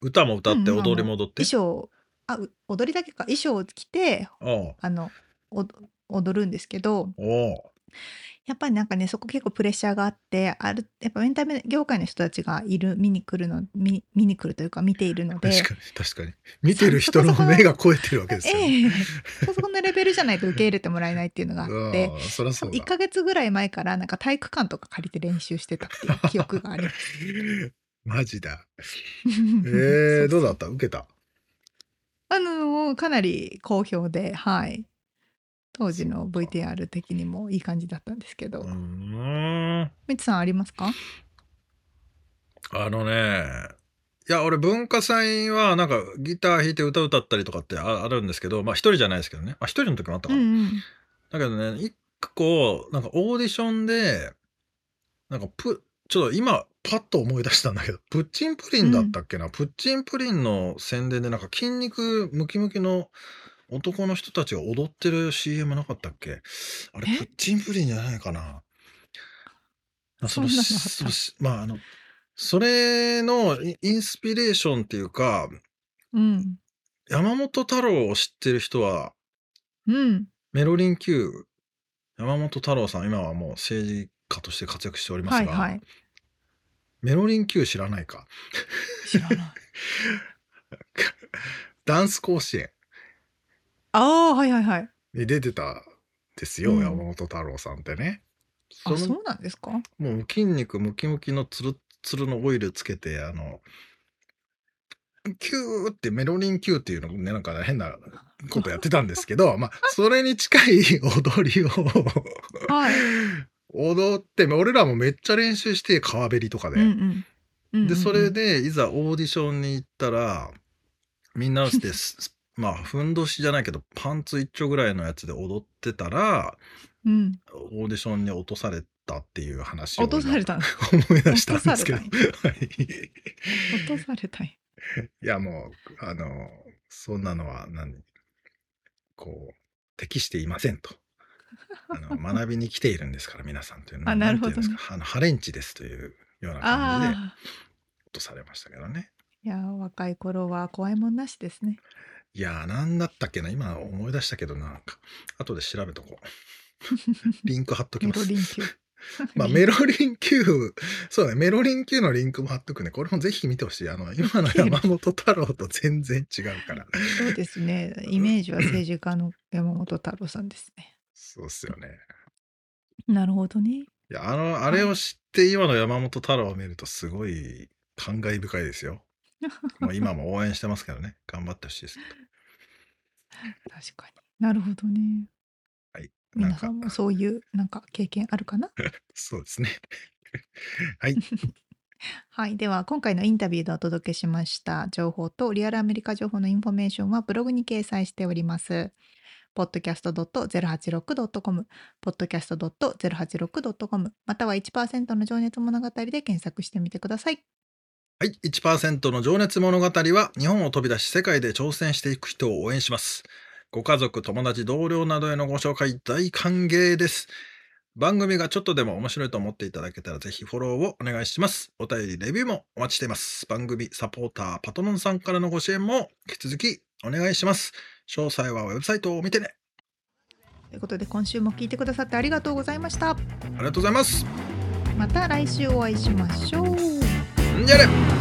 Speaker 3: 歌も歌って
Speaker 1: うんまあ
Speaker 3: 踊りも踊って。
Speaker 1: 衣装あう踊りだけか衣装を着て
Speaker 3: おう
Speaker 1: あのお踊るんですけど
Speaker 3: おう
Speaker 1: やっぱりなんかねそこ結構プレッシャーがあってあるやっぱエンタメ業界の人たちがいる見に来るの見見に来るというか見ているので
Speaker 3: 確かに確かに。見てる人の目が超えてるわけですよ、ね。
Speaker 1: ええそこそこのレベルじゃないと受け入れてもらえないっていうのがあって
Speaker 3: ああそりゃそう
Speaker 1: 1
Speaker 3: だ。
Speaker 1: ヶ月ぐらい前からなんか体育館とか借りて練習してた っていう記憶があります
Speaker 3: マジだ。ええ
Speaker 1: そう
Speaker 3: どうだった受けた。
Speaker 1: あのかなり好評ではい当時の VTR 的にもいい感じだったんですけど
Speaker 3: うーん。
Speaker 1: みつさんありますか
Speaker 3: あのね、いや、俺文化祭はなんかギター弾いて歌歌ったりとかってああるんですけど、まあ一人じゃないですけどね。まあ一人の時もあった
Speaker 1: う
Speaker 3: か
Speaker 1: ん
Speaker 3: ら。
Speaker 1: うん
Speaker 3: だけどね、一個、なんかオーディションで、なんかプ、ちょっと今、パッと思い出したんだけど、プッチンプリンだったっけな、プッチンプリンの宣伝で、なんか筋肉ムキムキの男の人たちが踊ってる CM なかったっけあれ、
Speaker 1: え
Speaker 3: プッチンプリンじゃない かなあその
Speaker 1: そんなのあった
Speaker 3: そのまあ、あの、それのイインスピレーションっていうか、
Speaker 1: うん
Speaker 3: 山本太郎を知ってる人は、
Speaker 1: うん
Speaker 3: メロリン Q 山本太郎さん今はもう政治家として活躍しておりま
Speaker 1: は
Speaker 3: す
Speaker 1: い
Speaker 3: が、
Speaker 1: はい
Speaker 3: メロリン Q 知らないか
Speaker 1: 知らない
Speaker 3: ダンス甲子園
Speaker 1: ああはいはいはい
Speaker 3: に出てたんですよ、
Speaker 1: うん
Speaker 3: 山本太郎さんってね。
Speaker 1: あ
Speaker 3: その
Speaker 1: そうなんですか
Speaker 3: もう筋肉ムキムキのツルッツルのオイルつけてあのキューってメロリン Q っていうのねなんか変なことやってたんです けどまあそれに近い 踊りを
Speaker 1: はい
Speaker 3: 踊って俺らもめっちゃ練習して川べりとかで。
Speaker 1: うんうんうんうんうん
Speaker 3: でそれでいざオーディションに行ったらみんなしてす まあふんどしじゃないけどパンツ一丁ぐらいのやつで踊ってたら
Speaker 1: うん
Speaker 3: オーディションに落とされたっていう話を
Speaker 1: 落とされたん
Speaker 3: 今思い出したんですけど、は
Speaker 1: 落
Speaker 3: い、
Speaker 1: 落とされたんや
Speaker 3: いやもうあのそんなのは何こう適していませんと。あの学びに来ているんですから皆さんというのは
Speaker 1: あなるほどね
Speaker 3: んていうんですかあのハレンチですというような感じで落
Speaker 1: ああ
Speaker 3: とされましたけどね。
Speaker 1: いやー若い頃は怖いもんなしですね
Speaker 3: いやー、なんだったっけな。今思い出したけど、なんか、後で調べと こう。リンク貼っとき
Speaker 1: メ
Speaker 3: ま
Speaker 1: ロ
Speaker 3: す
Speaker 1: リ。ン 級
Speaker 3: まあ、メロリン Q、そうね、メロリン Q のリンクも貼っとくね。これもぜひ見てほしい。あの、今の山本太郎と全然違うから。
Speaker 1: そうですねイメージは政治家の山本太郎さんですね
Speaker 3: そうっすよね。
Speaker 1: なるほどね
Speaker 3: いや、あの、あれを知って今の山本太郎を見ると、すごい感慨深いですよ。もう今も応援してますけどね。頑張ってほしいですけ
Speaker 1: 確かになるほどね
Speaker 3: はいなん
Speaker 1: 皆
Speaker 3: か
Speaker 1: さんもそういうなんか経験ある かな
Speaker 3: ど。そうですね。はい。
Speaker 1: はい。では、今回のインタビューでお届けしました情報とリアルアメリカ情報のインフォメーションはブログに掲載しております。podcast.086.com、podcast.086.com、または1%の情熱物語で検索してみてください。
Speaker 3: はい。1%の情熱物語は日本を飛び出し世界で挑戦していく人を応援します。ご家族、友達、同僚などへのご紹介大歓迎です。番組がちょっとでも面白いと思っていただけたらぜひフォローをお願いします。お便り、レビューもお待ちしています。番組サポーター、パトロンさんからのご支援も引き続きお願いします。詳細はウェブサイトを見てね。
Speaker 1: ということで今週も聞いてくださってありがとうございました
Speaker 3: ありがとうございます。
Speaker 1: また来週お会いしましょう
Speaker 3: んじゃあね